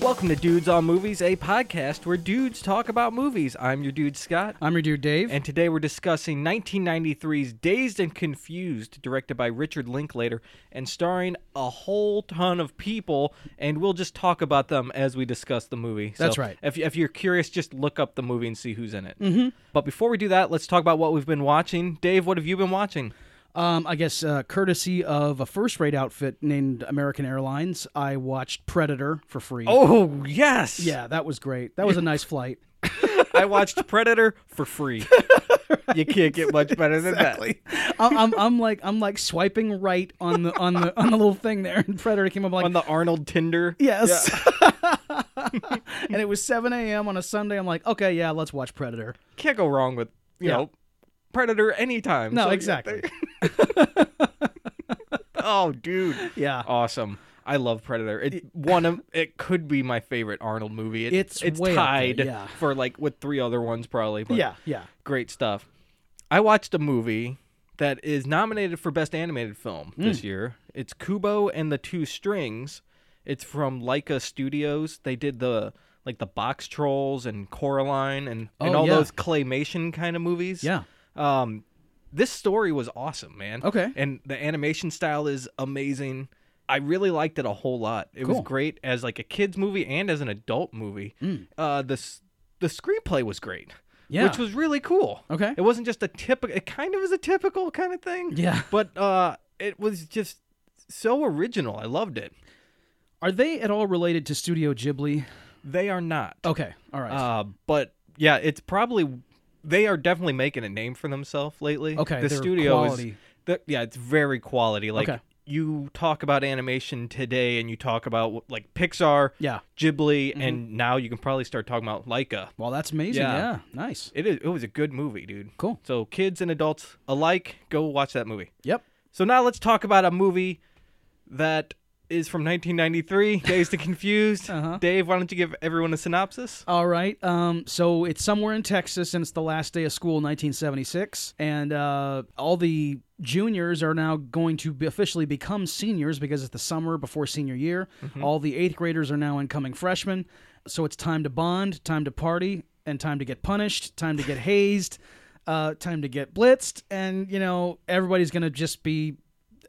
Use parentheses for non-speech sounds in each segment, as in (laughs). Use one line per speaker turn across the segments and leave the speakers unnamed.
Welcome to Dudes on Movies, a podcast where dudes talk about movies. I'm your dude Scott,
I'm your dude Dave.
and today we're discussing 1993's Dazed and Confused, directed by Richard Linklater and starring a whole ton of people. And we'll just talk about them as we discuss the movie. So
That's right.
If, if you're curious, just look up the movie and see who's in it. Mm-hmm. But before we do that, let's talk about what we've been watching. Dave, what have you been watching?
um, I guess uh, courtesy of a first-rate outfit named American Airlines, I watched Predator for free.
Oh yes,
yeah, that was great. That was a
(laughs)
nice flight.
I watched Predator for
(laughs)
free. You can't get much better than that.
I'm, I'm, I'm like I'm like swiping right on the on the on the little thing there, and Predator came up like
On the Arnold Tinder.
yes. (laughs) and it was 7 a.m. on a Sunday. I'm like, okay, yeah, let's watch Predator.
Can't go wrong with, you
Yeah.
know, Predator anytime.
No,
So-
exactly.
(laughs) Oh, dude.
Yeah.
(laughs) Awesome. I love Predator. It one of it could be my favorite Arnold movie. It-
It's
it's
way up there,
tied
yeah.
for like with three other ones probably. But
Yeah, yeah.
great stuff. I watched a movie that is nominated for Best Animated Film
Hmm.
this year. It's Kubo and the Two Strings. It's from Leica Studios. They did the like the Box Trolls and Coraline and, and
Oh,
all
yeah.
those claymation kind of movies.
Yeah.
Um, this story was awesome, man.
Okay.
And the animation style is amazing. I really liked it a whole lot. It was
Cool.
great as like a kids movie and as an adult movie. Uh, the s- the screenplay was great.
Mm. Yeah.
Which was really cool.
Okay.
It wasn't just a typical. It kind of was a typical kind of thing.
Yeah.
But uh, it was just so original. I loved it.
Are they at all related to Studio Ghibli?
They are not.
Okay, all right.
Uh, but yeah, it's probably they are definitely making a name for themselves lately.
Okay,
the
they're
studio is
quality.
the, yeah, it's very quality. Like
Okay.
you talk about animation today, and you talk about like Pixar,
Yeah. Mm-hmm.
Ghibli, and now you can probably start talking about Leica.
well, that's amazing.
yeah.
Yeah. nice.
It is. It was a good movie, dude.
Cool.
So kids and adults alike, go watch that movie.
Yep.
So now let's talk about a movie that is from 1993, Days to Confused.
(laughs) Uh-huh.
Dave, why don't you give everyone a synopsis?
All right. Um, so it's somewhere in Texas, and it's the last day of school, 1976, and uh, all the juniors are now going to be officially become seniors because it's the summer before senior year. All the eighth graders are now incoming freshmen, so it's time to bond, time to party, and time to get punished, time to get hazed, uh, time to get blitzed, and you know everybody's gonna just be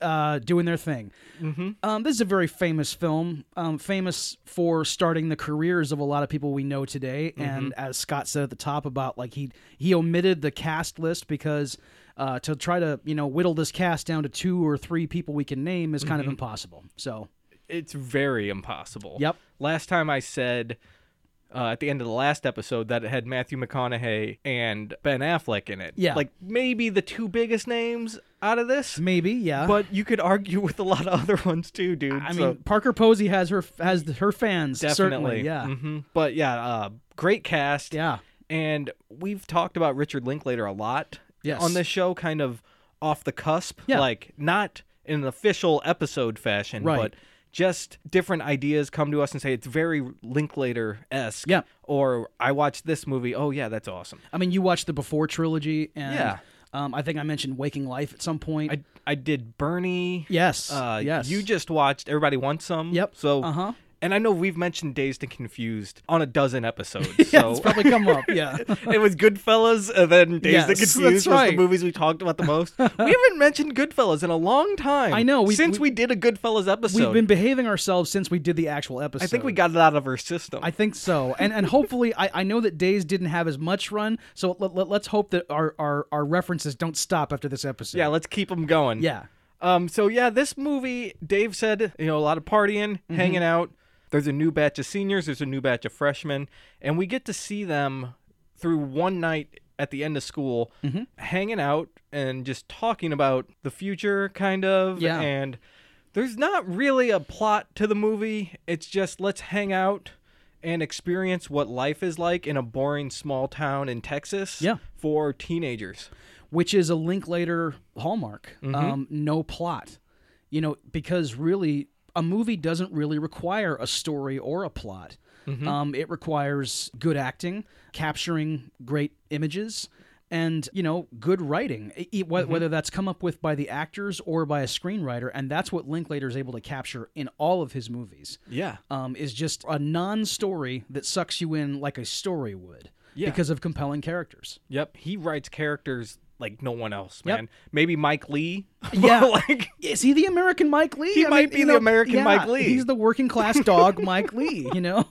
uh, doing their thing.
Mm-hmm.
Um, this is a very famous film, um, famous for starting the careers of a lot of people we know today. And
Mm-hmm.
as Scott said at the top about like he he omitted the cast list because uh, to try to you know whittle this cast down to two or three people we can name is
Mm-hmm.
kind of impossible. So
It's very impossible.
Yep.
Last time I said uh, at the end of the last episode that it had Matthew McConaughey and Ben Affleck in it.
Yeah.
Like maybe the two biggest names out of this,
maybe yeah.
but you could argue with a lot of other ones too, dude.
I
So-
mean, Parker Posey has her has her fans
definitely
certainly. Yeah,
Mhm. But yeah, uh, great cast.
yeah,
and we've talked about Richard Linklater a lot
Yes.
on this show, kind of off the cusp,
Yeah.
like not in an official episode fashion,
Right.
but just different ideas come to us and say it's very Linklater esque.
Yeah.
Or I watched this movie. Oh yeah, that's awesome.
I mean, you watched the Before trilogy, and
Yeah.
um, I think I mentioned Waking Life at some point.
I I did Bernie.
yes,
Uh,
yes,
You just watched Everybody Wants Some.
Yep.
So.
Uh-huh.
And I know we've mentioned Dazed and Confused on a dozen
(laughs)
episodes.
(laughs) yeah,
so
it's probably come up.
(laughs)
Yeah.
it was Goodfellas, and then Days
Yes,
That
that's
Confused was the
right.
movies we talked about the most.
(laughs)
we haven't mentioned Goodfellas in a long time.
I know, we-
since we,
we-
did a Goodfellas episode,
We've been behaving ourselves since we did the actual episode.
I think we got it out of our system.
I think so, and and hopefully, I, I know that Days didn't have as much run, so let, let, us hope that our, our our references don't stop after this episode.
yeah, let's keep them going.
yeah,
Um. So yeah, this movie, Dave said, you know, a lot of partying,
Mm-hmm.
hanging out. There's a new batch of seniors. There's a new batch of freshmen, and we get to see them through one night at the end of school,
Mm-hmm.
hanging out and just talking about the future, kind of.
Yeah.
And there's not really a plot to the movie. It's just let's hang out and experience what life is like in a boring small town in Texas.
Yeah.
For teenagers.
which is a Linklater hallmark. Um, no plot, you know, because really a movie doesn't really require a story or a plot. Um, it requires good acting, capturing great images, and you know good writing e- e- wh- whether that's come up with by the actors or by a screenwriter and that's what linklater is able to capture in all of his movies
Yeah.
um, is just a non-story that sucks you in like a story would
Yeah.
because of compelling characters
Yep. He writes characters like no one else, man. Maybe Mike Lee. (laughs) but,
Yeah.
like
is he the american mike lee
He might be
you
the American Mike Lee.
he's the working
(laughs)
class dog mike lee you know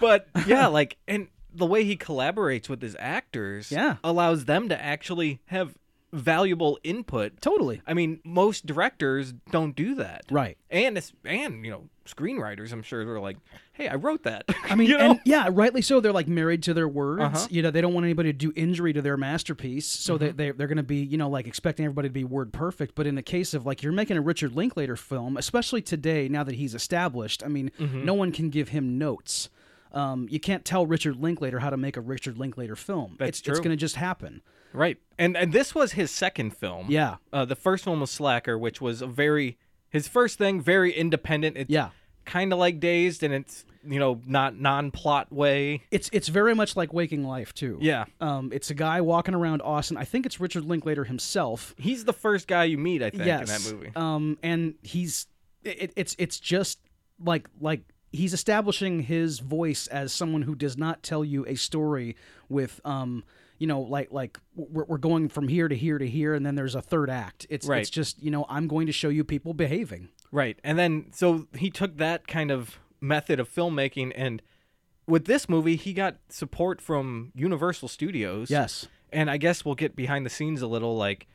but yeah,
(laughs)
like and the way he collaborates with his actors
Yeah.
allows them to actually have valuable input.
totally
I mean, most directors don't do that.
right
And it's, and you know, screenwriters I'm sure were like, "Hey, I wrote that."
I mean,
(laughs) you know?
and yeah, rightly so. They're like married to their words.
Uh-huh. Mm-hmm.
You know, they don't want anybody to do injury to their masterpiece. So they, they, they're going to be, you know, like expecting everybody to be word perfect. But in the case of like, you're making a Richard Linklater film, especially today, now that he's established, I mean,
Mm-hmm.
no one can give him notes. Um, you can't tell Richard Linklater how to make a Richard Linklater film.
That's
it's, It's
true.
going to just happen.
right. And and this was his second film.
Yeah.
Uh, the first one was Slacker, which was a very his first thing, very independent. It's
Yeah.
Kind of like Dazed, and it's you know not non-plot way.
It's it's very much like Waking Life too.
Yeah.
Um, it's a guy walking around Austin. I think it's Richard Linklater himself.
He's the first guy you meet, I think, in
yes.
that movie.
Um, and he's it, it's it's just like like he's establishing his voice as someone who does not tell you a story with um you know like like we're, we're going from here to here to here and then there's a third act it's
Right.
it's just you know i'm going to show you people behaving
Right. And then so he took that kind of method of filmmaking and with this movie he got support from Universal Studios.
yes
And I guess we'll get behind the scenes a little like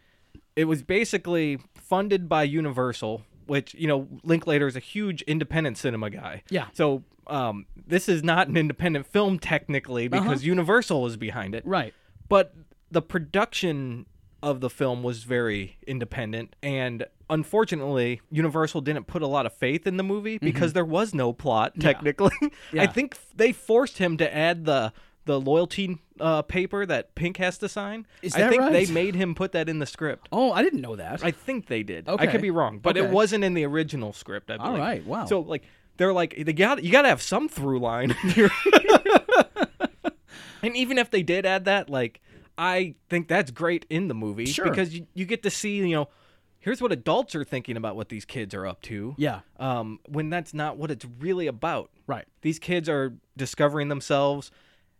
it was basically funded by Universal, which you know Linklater is a huge independent cinema guy.
Yeah.
So um, this is not an independent film technically because Universal is behind it.
right
But the production of the film was very independent and unfortunately Universal didn't put a lot of faith in the movie because there was no plot technically. (laughs) I
Mm-hmm. Yeah.
think they forced him to add the the loyalty uh, paper that Pink has to sign.
Is
I
that
think
right?
they made him put that in the script.
oh i didn't know that
I think they did. I
Okay.
could be wrong, but it
Okay.
wasn't in the original script. I believe.
right, wow.
So like they're like they got you got to have some through line. (laughs) here. and even if they did add that, like I think that's great in the movie
Sure.
because you, you get to see you know here's what adults are thinking about what these kids are up to.
yeah
Um, when that's not what it's really about.
right
These kids are discovering themselves,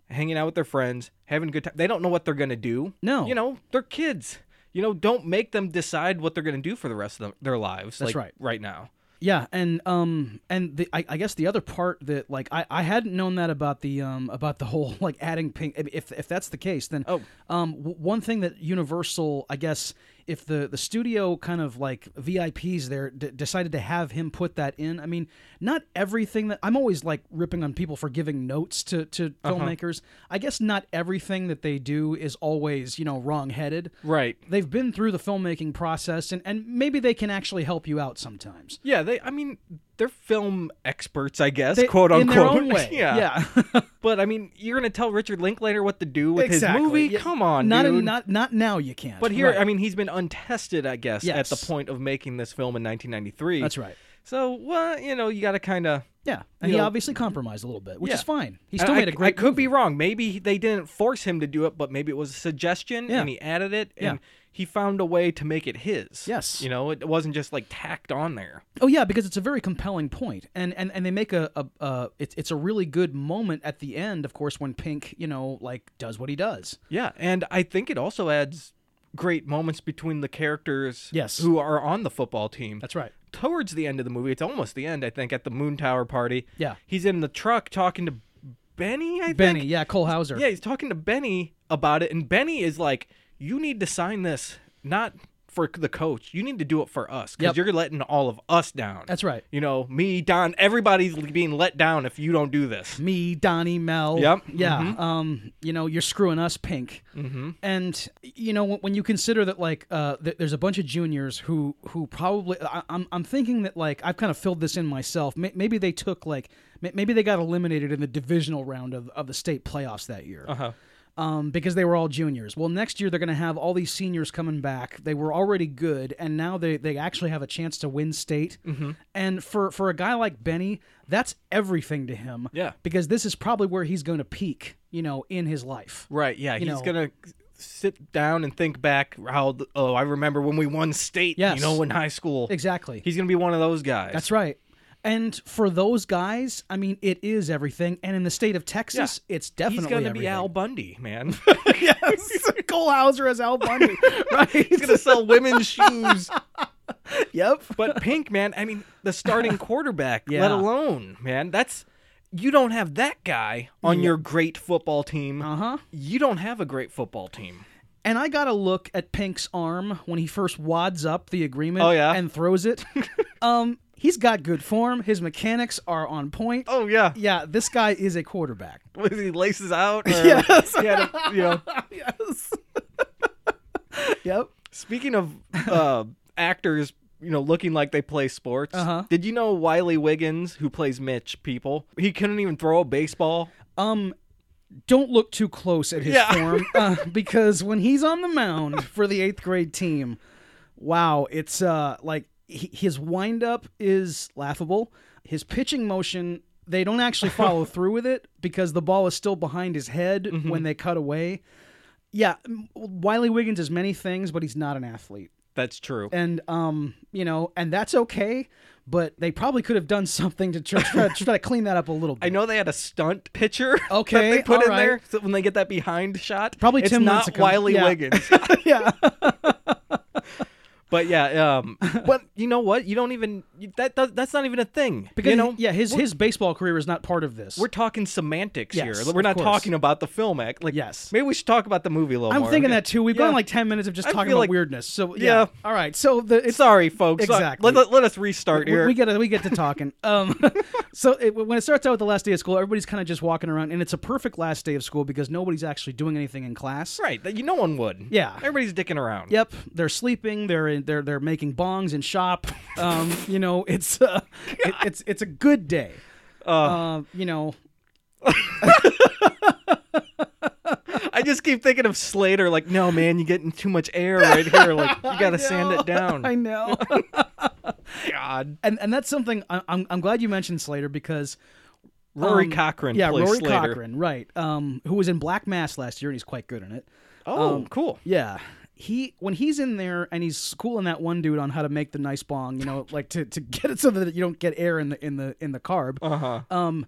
hanging out with their friends, having a good time. They don't know what they're gonna do.
No.
you know they're kids. You know, don't make them decide what they're gonna do for the rest of them, their lives.
That's
like,
right.
Right now.
Yeah, and um, and the I, I guess the other part that like I, I hadn't known that about the um about the whole (laughs) like adding pink if if that's the case then
Oh.
um w- one thing that Universal I guess if the the studio kind of like VIPs there d- decided to have him put that in I mean not everything that I'm always like ripping on people for giving notes to to
Uh-huh.
filmmakers I guess not everything that they do is always you know wrong headed
Right.
they've been through the filmmaking process and and maybe they can actually help you out sometimes.
Yeah. They. I mean, they're film experts, I guess,
They-
quote unquote.
in their (laughs) own way.
(laughs) yeah.
yeah.
But I mean, you're gonna tell Richard Linklater what to do with
Exactly.
his movie?
Yeah.
Come on,
not
dude.
in, not not now. You can't.
but here,
Right.
I mean, he's been untested, I guess, at the
Yes.
point of making this film in 1993.
that's right.
So, well, you know, you got to kind of
Yeah, and
You
he
know-
obviously compromised a little bit, which
Yeah.
is fine. He
And
still
I,
made a great.
I could be wrong. Movie. Maybe they didn't force him to do it, but maybe it was a suggestion,
Yeah.
and he added it, and
Yeah.
he found a way to make it his.
Yes.
you know, it wasn't just like tacked on there.
Oh yeah, because it's a very compelling point, and and and they make a a, a it's it's a really good moment at the end, of course, when Pink, you know, like does what he does.
Yeah, and I think it also adds great moments between the characters
Yes.
who are on the football team.
That's right.
Towards the end of the movie, it's almost the end, I think, at the Moon Tower party.
Yeah.
he's in the truck talking to Benny. I
Benny,
think.
yeah, Cole Hauser.
Yeah, he's talking to Benny about it, and Benny is like, "You need to sign this, not for the coach. You need to do it for us because
Yep.
you're letting all of us down.
That's right.
You know, me, Don, everybody's being let down if you don't do this.
me, Donnie, Mel.
Yep. Mm-hmm.
Yeah. Um, you know, you're screwing us, Pink. Mm-hmm. And you know, when, when you consider that, like, uh, th- there's a bunch of juniors who who probably I- I'm I'm thinking that like I've kind of filled this in myself. May maybe they
Uh-huh.
took like may- maybe they got eliminated in the divisional round of of the state playoffs that year. Uh huh. um, because they were all juniors. Well, next year they're going to have all these seniors coming back. They were already good, and now they, they actually have a chance to win state.
Mm-hmm.
And for, for a guy like Benny, that's everything to him.
Yeah.
Because this is probably where he's going to peak, you know, in his life.
Right. Yeah. he's
know.
gonna sit down and think back how th- oh I remember when we won state.
Yes.
You know, in high school.
Exactly.
He's gonna be one of those guys.
That's right. And for those guys, I mean, it is everything. And in the state of Texas, it's definitely
He's gonna
everything.
be
(laughs)
Al Bundy, man. (laughs)
yes, Cole Hauser as Al Bundy. right.
He's gonna sell (laughs) women's shoes.
Yep.
But Pink, man, I mean, the (laughs) starting quarterback,
Yeah.
let alone, man, that's you don't have that guy on your great football team.
Uh huh.
You don't have a great football team.
And I got a look at Pink's arm when he first wads up the agreement
Oh, yeah?
and
(laughs)
throws it. um, he's got good form. His mechanics are on point.
Oh yeah,
Yeah, this guy is a quarterback.
he laces (laughs) out. Or,
Yes.
he had a- you know,
yes. yep.
(laughs) Speaking of uh, actors, you know, looking like they play sports.
Uh-huh.
Did you know Wiley Wiggins, who plays Mitch, people he couldn't even throw a baseball.
Um, don't look too close at his
Yeah. (laughs)
form uh, because when he's on the mound for the eighth grade team, wow, it's uh like he, his windup is laughable. His pitching motion, they
(laughs)
don't actually follow through with it because the ball is still behind his head
Mm-hmm.
when they cut away. Yeah, m- Wiley Wiggins is many things, but he's not an athlete.
That's true.
And um, you know, and that's okay, but they probably could have done something to try, try, try to clean that up a little
(laughs)
bit.
I know they had a stunt pitcher (laughs)
Okay,
that they put in
alright.
there so when they get that behind shot.
Probably
it's
Tim
not
Lincecum.
Wiley
Yeah. (laughs)
Wiggins,
yeah.
but yeah.
(laughs)
Um, but you know what? You don't even that does, that's not even a thing
Because
you know
yeah, his his baseball career is not part of this.
We're talking semantics
Yes,
here. We're
of
not
course.
talking about the film act. Like,
Yes.
maybe we should talk about the movie a little
I'm
more.
thinking that too. We've
Yeah.
gone like ten minutes of just
I
talking
feel
about
like-
weirdness. So yeah.
Yeah.
All right. So the it's
Sorry, folks. Uh,
Exactly.
Let, let us restart
we,
here.
we get to, we get
(laughs)
to talking. um, (laughs) so it, when it starts out with the last day of school, everybody's kind of just walking around, and it's a perfect last day of school because nobody's actually doing anything in class.
Right, that you no one would.
Yeah.
everybody's dicking around.
Yep, they're sleeping. They're in, they're they're making bongs in shop. (laughs) Um, you know, it's uh, it, it's it's a good day. Uh, you know,
I just keep thinking of Slater. Like,
(laughs)
no man, you're getting too much air right here. Like, you gotta sand it down.
I know.
God,
(laughs) and and that's something I, I'm I'm glad you mentioned Slater because
Rory
um,
Cochrane.
yeah,
plays
Rory
Slater.
Cochran, right? Um, who was in Black Mass last year and he's quite good in it.
Oh, cool.
Yeah, he when he's in there and he's schooling that one dude on how to make the nice bong, you know, like to, (laughs) to get it so that you don't get air in the in the in the carb.
Uh huh.
Um,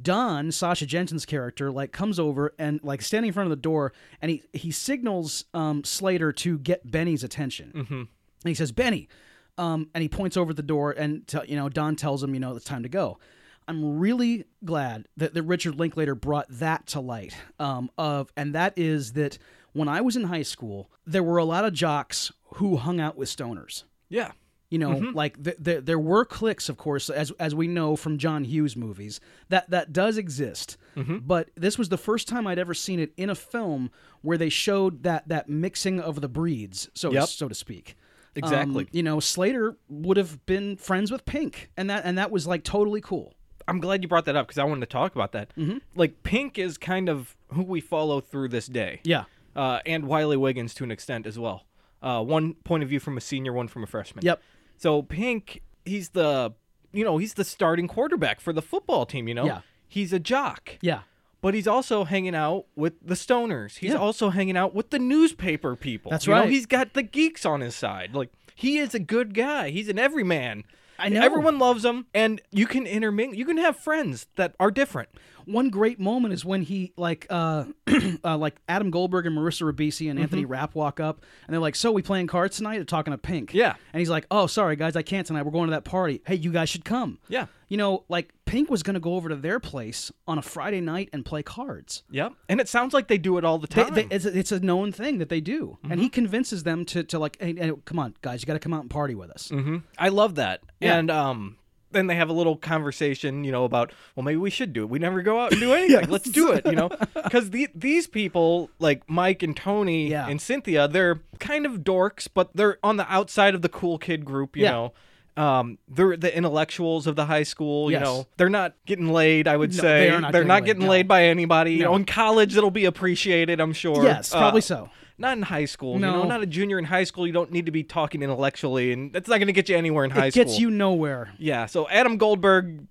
Don Sasha Jensen's character like comes over and like standing in front of the door and he he signals um Slater to get Benny's attention.
hmm
And he says, Benny. Um, and he points over at the door, and t- you know Don tells him, you know, it's time to go. I'm really glad that, that Richard Linklater brought that to light. Um, of and that is that when I was in high school, there were a lot of jocks who hung out with stoners.
Yeah.
You know,
Mm-hmm.
like th- th- there were cliques, of course, as as we know from John Hughes movies, that that does exist.
Mm-hmm.
But this was the first time I'd ever seen it in a film where they showed that that mixing of the breeds, so
Yep.
so to speak.
Exactly.
Um, you know, Slater would have been friends with Pink, and that and that was like totally cool.
I'm glad you brought that up because I wanted to talk about that.
Mm-hmm.
Like, Pink is kind of who we follow through this day.
Yeah.
Uh, and Wiley Wiggins to an extent as well. Uh, one point of view from a senior, one from a freshman.
Yep.
So Pink, he's the, you know, he's the starting quarterback for the football team. You know.
Yeah.
He's a jock.
Yeah.
but he's also hanging out with the stoners. He's
Yeah.
also hanging out with the newspaper people.
That's
You know,
right.
he's got the geeks on his side. Like he is a good guy. He's an everyman.
I know.
Everyone loves him, and you can intermingle. You can have friends that are different.
One great moment is when he like uh, (clears throat) uh like Adam Goldberg and Marissa Ribisi and
Mm-hmm.
Anthony Rapp walk up and they're like, "So we playing cards tonight?" They're talking to Pink.
Yeah.
And he's like, "Oh, sorry guys, I can't tonight. We're going to that party. Hey, you guys should come."
Yeah.
You know, like Pink was going to go over to their place on a Friday night and play cards.
Yep. And it sounds like they do it all the
They-
time.
they- it's, a, it's a known thing that they do, and
Mm-hmm.
he convinces them to to like, hey, hey, come on, guys, you got to come out and party with us.
hmm I love that.
Yeah.
And um, then they have a little conversation, you know, about well, maybe we should do it. We never go out and
(laughs)
do anything. Let's do it, you know, because the, these people like Mike and Tony
Yeah.
and Cynthia, they're kind of dorks, but they're on the outside of the cool kid group, you
Yeah.
know. um, they're the intellectuals of the high school.
Yes.
You know, they're not getting laid. I would
No,
say
they are not
they're
getting
not
laid,
getting
no.
laid by anybody. You
No.
know, in college, it'll be appreciated. I'm sure.
Yes,
Uh,
probably so.
Not in high school. You
No.
know, not a junior in high school. You don't need to be talking intellectually, and that's not going to get you anywhere in high
It
school.
gets you nowhere.
Yeah. So Adam Goldberg,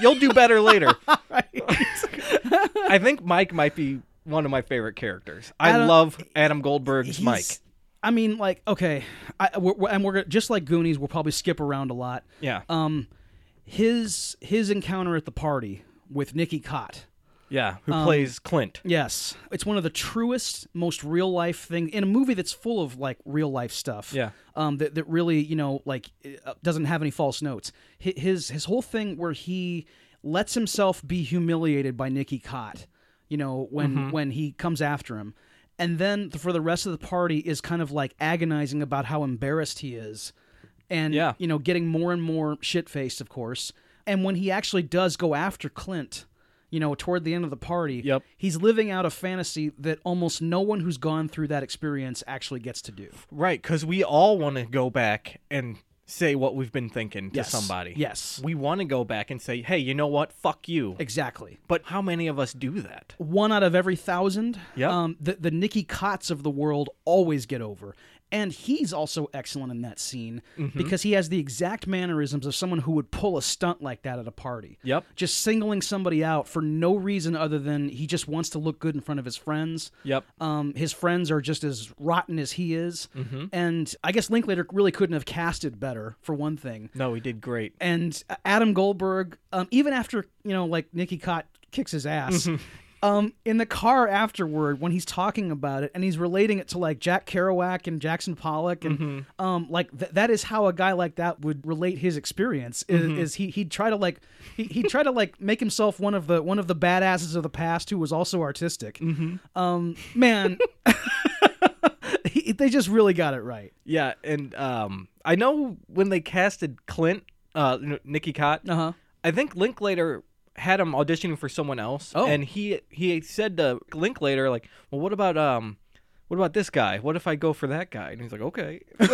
you'll do better (laughs) later. I think Mike might be one of my favorite characters. I
Adam-
love Adam Goldberg's Mike.
He's- I mean, like, okay, I, we're, we're- and we're gonna- just like Goonies. We'll probably skip around a lot.
Yeah.
Um, his his encounter at the party with Nikki Cott.
yeah. Who plays Clint?
Yes, it's one of the truest, most real life thing in a movie that's full of like real life stuff.
Yeah.
Um, that, that really you know like uh, doesn't have any false notes. Hi- His his whole thing where he lets himself be humiliated by Nikki Cott. You know when
Mm-hmm.
when he comes after him, and then for the rest of the party is kind of like agonizing about how embarrassed he is, and
Yeah.
you know getting more and more shit faced, of course. And when he actually does go after Clint. You know, toward the end of the party,
Yep.
He's living out a fantasy that almost no one who's gone through that experience actually gets to do.
Right. Because we all want to go back and say what we've been thinking to
Yes.
somebody.
Yes.
We want to go back and say, hey, you know what? Fuck you.
Exactly.
But how many of us do that?
One out of every thousand.
Yep.
Um, the, the Nikki Kotz of the world always get over. And he's also excellent in that scene
Mm-hmm.
because he has the exact mannerisms of someone who would pull a stunt like that at a party.
Yep.
Just singling somebody out for no reason other than he just wants to look good in front of his friends.
Yep.
Um, his friends are just as rotten as he is. Mm-hmm. And I guess Linklater really couldn't have casted better, for one thing.
No, he did great.
and Adam Goldberg, um, even after you know, like Nikki Cott kicks his ass,
Mm-hmm.
um, in the car afterward when he's talking about it and he's relating it to like Jack Kerouac and Jackson Pollock and
Mm-hmm.
um, like th- that is how a guy like that would relate his experience is,
Mm-hmm.
is he he'd try to like he he try to like make himself one of the one of the badasses of the past who was also artistic.
Mm-hmm.
Um, man, (laughs) he, they just really got
(laughs)
it right.
Yeah. And um, I know when they casted Clint, uh, N- Nikki Cott,
Uh huh.
I think Linklater had him auditioning for someone else,
Oh.
and he he said to Linklater like, "Well, what about um, what about this guy? What if I go for that guy?" And he's like, "Okay." (laughs)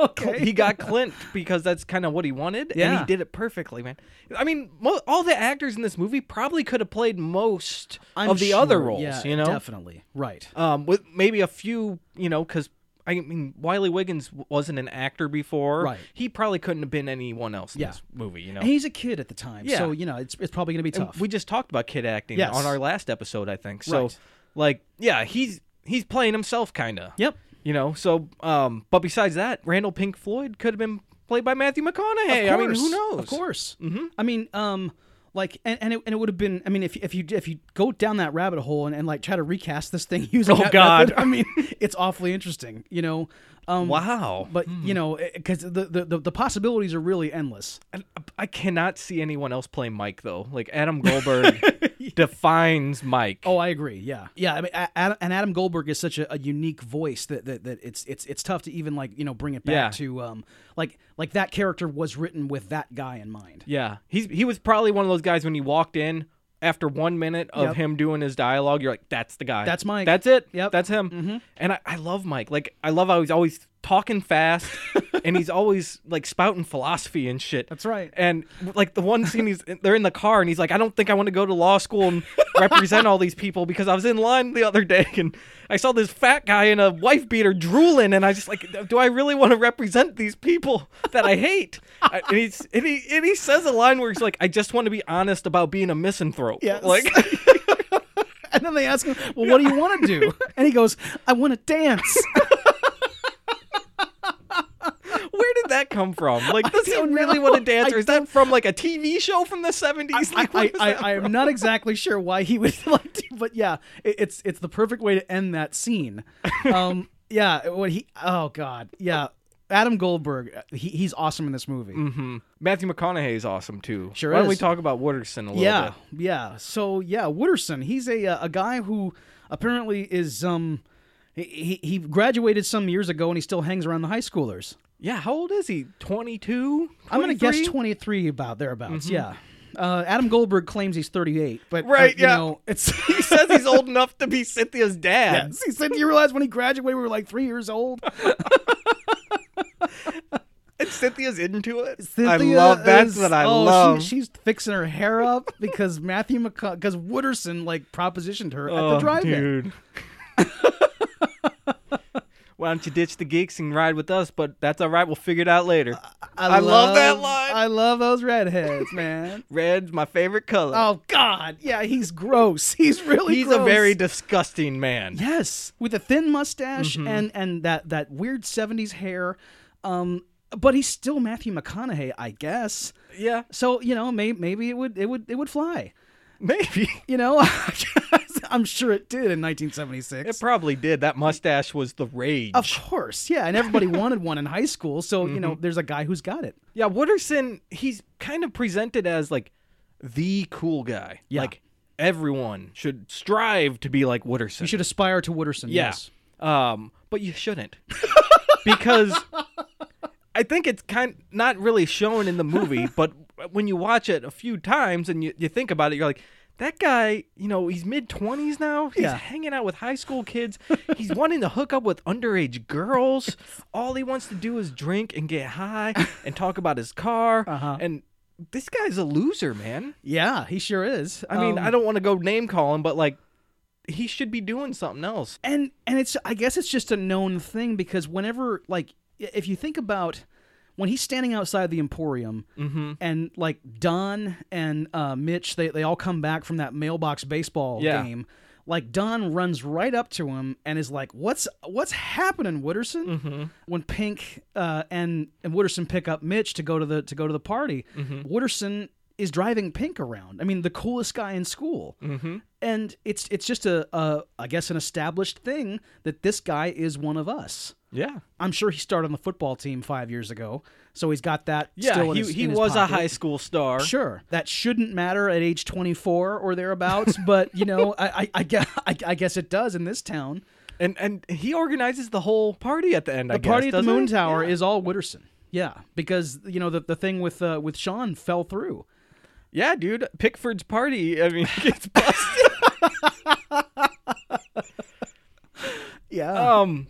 Okay.
he got Clint because that's kind of what he wanted, and
Yeah.
he did it perfectly, man. I mean, mo- all the actors in this movie probably could have played most
I'm
of the other
sure,
roles,
yeah,
you know,
definitely right.
um, with maybe a few, you know, because. I mean, Wiley Wiggins w- wasn't an actor before.
Right.
He probably couldn't have been anyone else in
Yeah.
this movie, you know.
And he's a kid at the time,
Yeah.
so you know it's it's probably going to be tough.
We just talked about kid acting
Yes.
on our last episode, I think. So,
Right.
like, yeah, he's he's playing himself, kind of.
yep.
You know, so um, but besides that, Randall Pink Floyd could have been played by Matthew McConaughey. I mean, who
course,
knows?
Of course. Mm-hmm. I mean, um, like, and, and it, and it would have been. I mean, if if you if you go down that rabbit hole and, and like try to recast this thing (laughs) using
Oh,
that
God.
method, I mean, (laughs) it's awfully interesting. You know. Um,
Wow.
But you know, because the, the the the possibilities are really endless.
I, uh, I cannot see anyone else play Mike though. Like Adam
(laughs)
Goldberg defines Mike.
Oh, I agree. Yeah, yeah. I mean, A- Adam, and Adam Goldberg is such a, a unique voice that, that that it's it's it's tough to even like you know bring it back
Yeah.
to um like like that character was written with that guy in mind.
Yeah, he's he was probably one of those guys when he walked in after one minute of
Yep.
him doing his dialogue, you're like, "That's the guy.
That's Mike.
That's it.
Yep. Mm-hmm.
That's him." And I, I love Mike. Like I love how he's always talking
(laughs)
fast, and he's always like spouting philosophy and shit.
That's right.
And like the one scene, he's they're in the car, and he's like, "I don't think I want to go to law school and represent all these people because I was in line the other day and I saw this fat guy in a wife beater drooling, and I just like, do I really want to represent these people that I hate?" I- and he's and he and he says a line where he's like, "I just want to be honest about being a misanthrope."
Yes.
Like, (laughs)
(laughs) And then they ask him, "Well, what do you want to do?" And he goes, "I want to dance."
where did that come from? Like, does he
don't
really
know.
want to dance,
I
or is that from like a TV show from the seventies?
I, I, I, I am not exactly sure why he would (laughs) like to, but yeah, it, it's it's the perfect way to end that scene. Um, yeah, when he, oh god, yeah, Adam Goldberg, he, he's awesome in this movie.
Mm-hmm. Matthew McConaughey is awesome too.
Sure
Why don't we
is.
talk about Wooderson a little
Yeah,
bit?
yeah. So yeah, Wooderson, he's a uh, a guy who apparently is um. He, he- he graduated some years ago and he still hangs around the high schoolers.
Yeah, how old is he? 22?
I'm going to guess
23?
23 about thereabouts.
Mm-hmm.
Yeah. Uh, Adam Goldberg claims he's 38, but uh,
Right,
you
yeah.
know,
(laughs)
it's
He says he's old enough to be Cynthia's dad. (laughs)
He said, "Do you realize when he graduated, we were like three years old?"
It's Cynthia's into it. I
Cynthia
love that's
is-
what I
oh, she-
love.
she's fixing her hair up
(laughs)
because Matthew McConaughey, because Wooderson like propositioned her at the
Oh,
drive-in. (laughs)
dude. Why don't you ditch the geeks and ride with us? But that's all right. We'll figure it out later.
Uh,
I love that line.
I love those
(laughs)
redheads, man.
Red's my favorite color.
oh God, yeah, he's gross. He's really
He's a
gross.
very disgusting man.
yes with a thin mustache
Mm-hmm.
and and that that weird '70s hair. Um, but he's still Matthew McConaughey, I guess.
Yeah,
So you know, may, maybe it would it would it would fly.
maybe.
You know, (laughs) I'm sure it did in 1976.
It probably did. That mustache was the rage.
Of course, yeah, and
(laughs)
everybody wanted one in high school, so you
Mm-hmm.
know, there's a guy who's got it.
Yeah, Wooderson, he's kind of presented as like the cool guy.
Yeah.
Like everyone should strive to be like Wooderson.
You should aspire to Wooderson.
Yeah.
Yes.
Um, but you shouldn't. (laughs) because I think it's kind not really shown in the movie, but when you watch it a few times and you, you think about it, you're like, that guy, you know, he's mid twenties now. He's
Yeah.
hanging out with high school kids. He's wanting to hook up with underage girls. All he wants to do is drink and get high and talk about his car.
Uh-huh.
And this guy's a loser, man.
Yeah, he sure is.
I mean,
Um,
I don't want to go name call him, but like, he should be doing something else.
and and it's I guess it's just a known thing because whenever like i- if you think about when he's standing outside the Emporium and like Don and uh, Mitch they they all come back from that mailbox baseball
Yeah.
game. Like Don runs right up to him and is like, "What's what's happening, Wooderson?"
Mm-hmm.
When Pink uh, and and Wooderson pick up Mitch to go to the to go to the party,
Mm-hmm.
Wooderson is driving Pink around. I mean, the coolest guy in school
Mm-hmm.
and it's it's just a, a I guess an established thing that this guy is one of us.
Yeah.
I'm sure he started on the football team five years ago, so he's got that.
Yeah,
still in
he,
his-
he
in his
was a
pocket.
high school star.
Sure, that shouldn't matter at age 24 or thereabouts, (laughs) but you know, I I, I, guess, I, I guess it does in this town.
And and he organizes the whole party at the end, I
The party
guess.
at the
doesn't
Moon
he?
Tower
yeah.
is all Witterson. Yeah, because you know the the thing with uh, with Sean fell through.
Yeah, dude. Pickford's party, I mean, (laughs) gets busted.
(laughs) Yeah,
um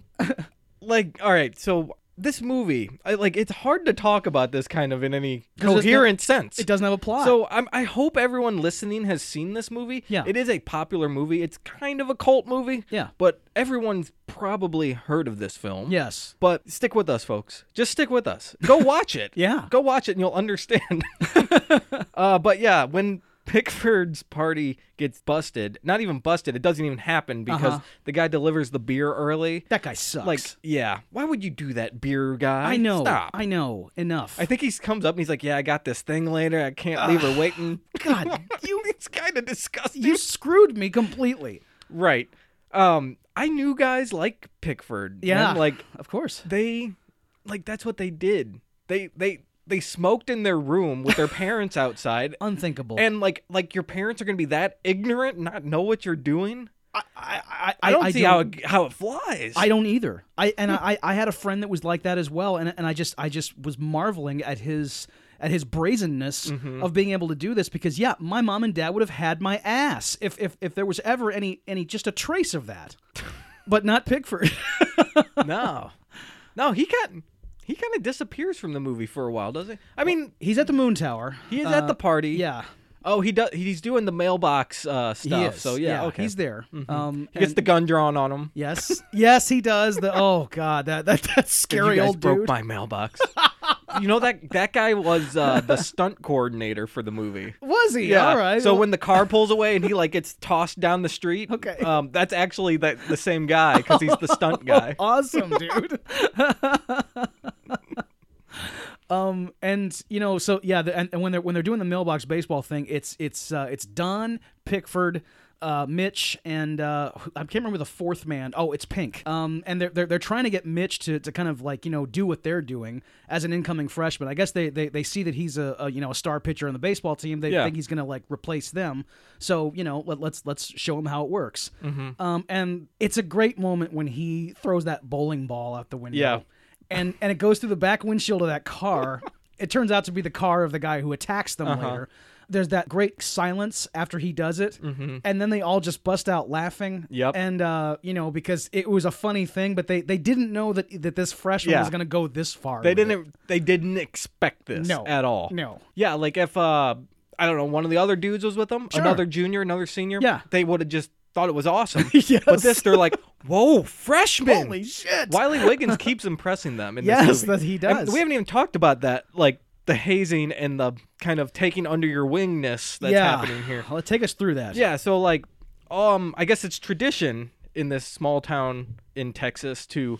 like all right, so this movie, I, like it's hard to talk about this kind of in any
'Cause it's
coherent sense.
it doesn't have a plot.
So I'm, I hope everyone listening has seen this movie.
Yeah.
It is a popular movie. It's kind of a cult movie.
Yeah.
But everyone's probably heard of this film.
yes,
But stick with us, folks. Just stick with us. Go
(laughs)
watch it.
Yeah.
Go watch it and you'll
(laughs)
understand. uh, but yeah, when Pickford's party gets busted, not even busted, it doesn't even happen because
Uh-huh.
the guy delivers the beer early.
that guy sucks.
Like, yeah. Why would you do that, beer guy?
I know,
Stop.
I know enough.
I think he comes up and he's like, yeah, I got this thing later. I can't leave her
(laughs)
waiting. (laughs)
God,
you. It's kind of disgusting.
you screwed me completely.
Right. Um, I knew guys like Pickford. man.
Yeah,
Like,
of course.
they like that's what they did they they they smoked in their room with
(laughs)
their parents outside
Oh. Unthinkable.
and like like your parents are gonna be that ignorant and not know what you're doing
I, I, I,
i don't
I
see how it, how it flies
I don't either. I and I, I had a friend that was like that as well, and and I just I just was marveling at his at his brazenness
Mm-hmm.
of being able to do this because yeah, my mom and dad would have had my ass if if if there was ever any any just a trace
(laughs)
of that, but not Pickford. (laughs)
no no he kind he kind of disappears from the movie for a while doesn't he i mean
He's at the moon tower.
he is
Uh,
at the party
yeah.
oh he does he's doing the mailbox uh stuff
He is.
so yeah, okay Mm-hmm.
He's there. Um,
he gets
and-
the gun drawn on him
(laughs) yes, yes, he does. The oh god, that that that
(laughs)
scary
you guys
old
broke
dude.
my mailbox (laughs) you know that that guy was uh the stunt coordinator for the
(laughs)
movie
Was he? All right.
So
well-
when the car pulls away and he like gets tossed down the street,
Okay.
um, that's actually the, the same guy because he's the
(laughs)
stunt guy. (laughs)
awesome, dude. um, and you know, so yeah, the, and, and when they're when they're doing the mailbox baseball thing, it's it's uh, it's Don Pickford. Uh, Mitch and uh, I can't remember the fourth man. Oh, it's Pink. Um, and they're, they're they're trying to get Mitch to, to kind of like you know do what they're doing as an incoming freshman. I guess they they, they see that he's a, a you know a star pitcher on the baseball team. They
Yeah.
think he's gonna like replace them. So you know let, let's let's show him how it works. Um, and it's a great moment when he throws that bowling ball out the window.
Yeah.
And and
(laughs) Uh-huh.
it goes through the back windshield of that car. it turns out to be the car of the guy who attacks them later. There's that great silence after he does it,
Mhm.
and then they all just bust out laughing.
Yep.
And uh, you know, because it was a funny thing, but they they didn't know that that this freshman
Yeah.
was going to go this far.
They
with it.
didn't. e, They didn't expect this
No.
at all.
No.
Yeah, like if uh, I don't know, one of the other dudes was with them, another junior, another senior.
Yeah.
they would have just thought it was awesome.
(laughs) Yes.
But this, they're like,
(laughs)
whoa, freshman.
Holy shit.
Wiley Wiggins keeps impressing them. In
Yes,
this movie.
that he
And
does.
we haven't even talked about that, like the hazing and the kind of taking under your wingness that's
yeah.
happening here.
Well, take us through that.
Yeah, so like um I guess it's tradition in this small town in Texas to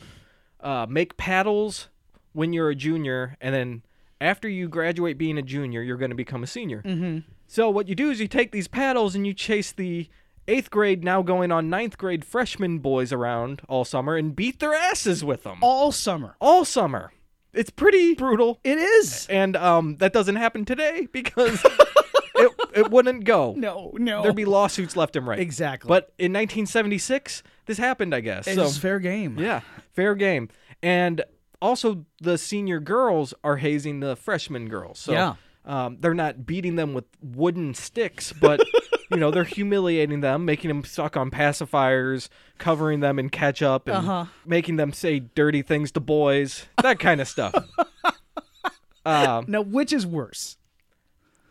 uh make paddles when you're a junior and then after you graduate being a junior, you're going to become a senior. Mm-hmm. So what you do is you take these paddles and you chase the eighth grade now going on ninth grade freshman boys around all summer and beat their asses with them
All summer.
all summer. It's pretty brutal,
It is.
and um, that doesn't happen today
(laughs)
because it it wouldn't go
No, no.
there'd be lawsuits left and right.
Exactly.
But in 1976, this happened, I guess.
it's
so
fair game.
yeah, fair game. And also, the senior girls are hazing the freshman girls. So
Yeah.
um, they're not beating them with wooden sticks,
(laughs)
but you know they're humiliating them, making them suck on pacifiers, covering them in ketchup, and
Uh-huh.
making them say dirty things to boys, that
(laughs)
kind of stuff. um,
Now, which is worse?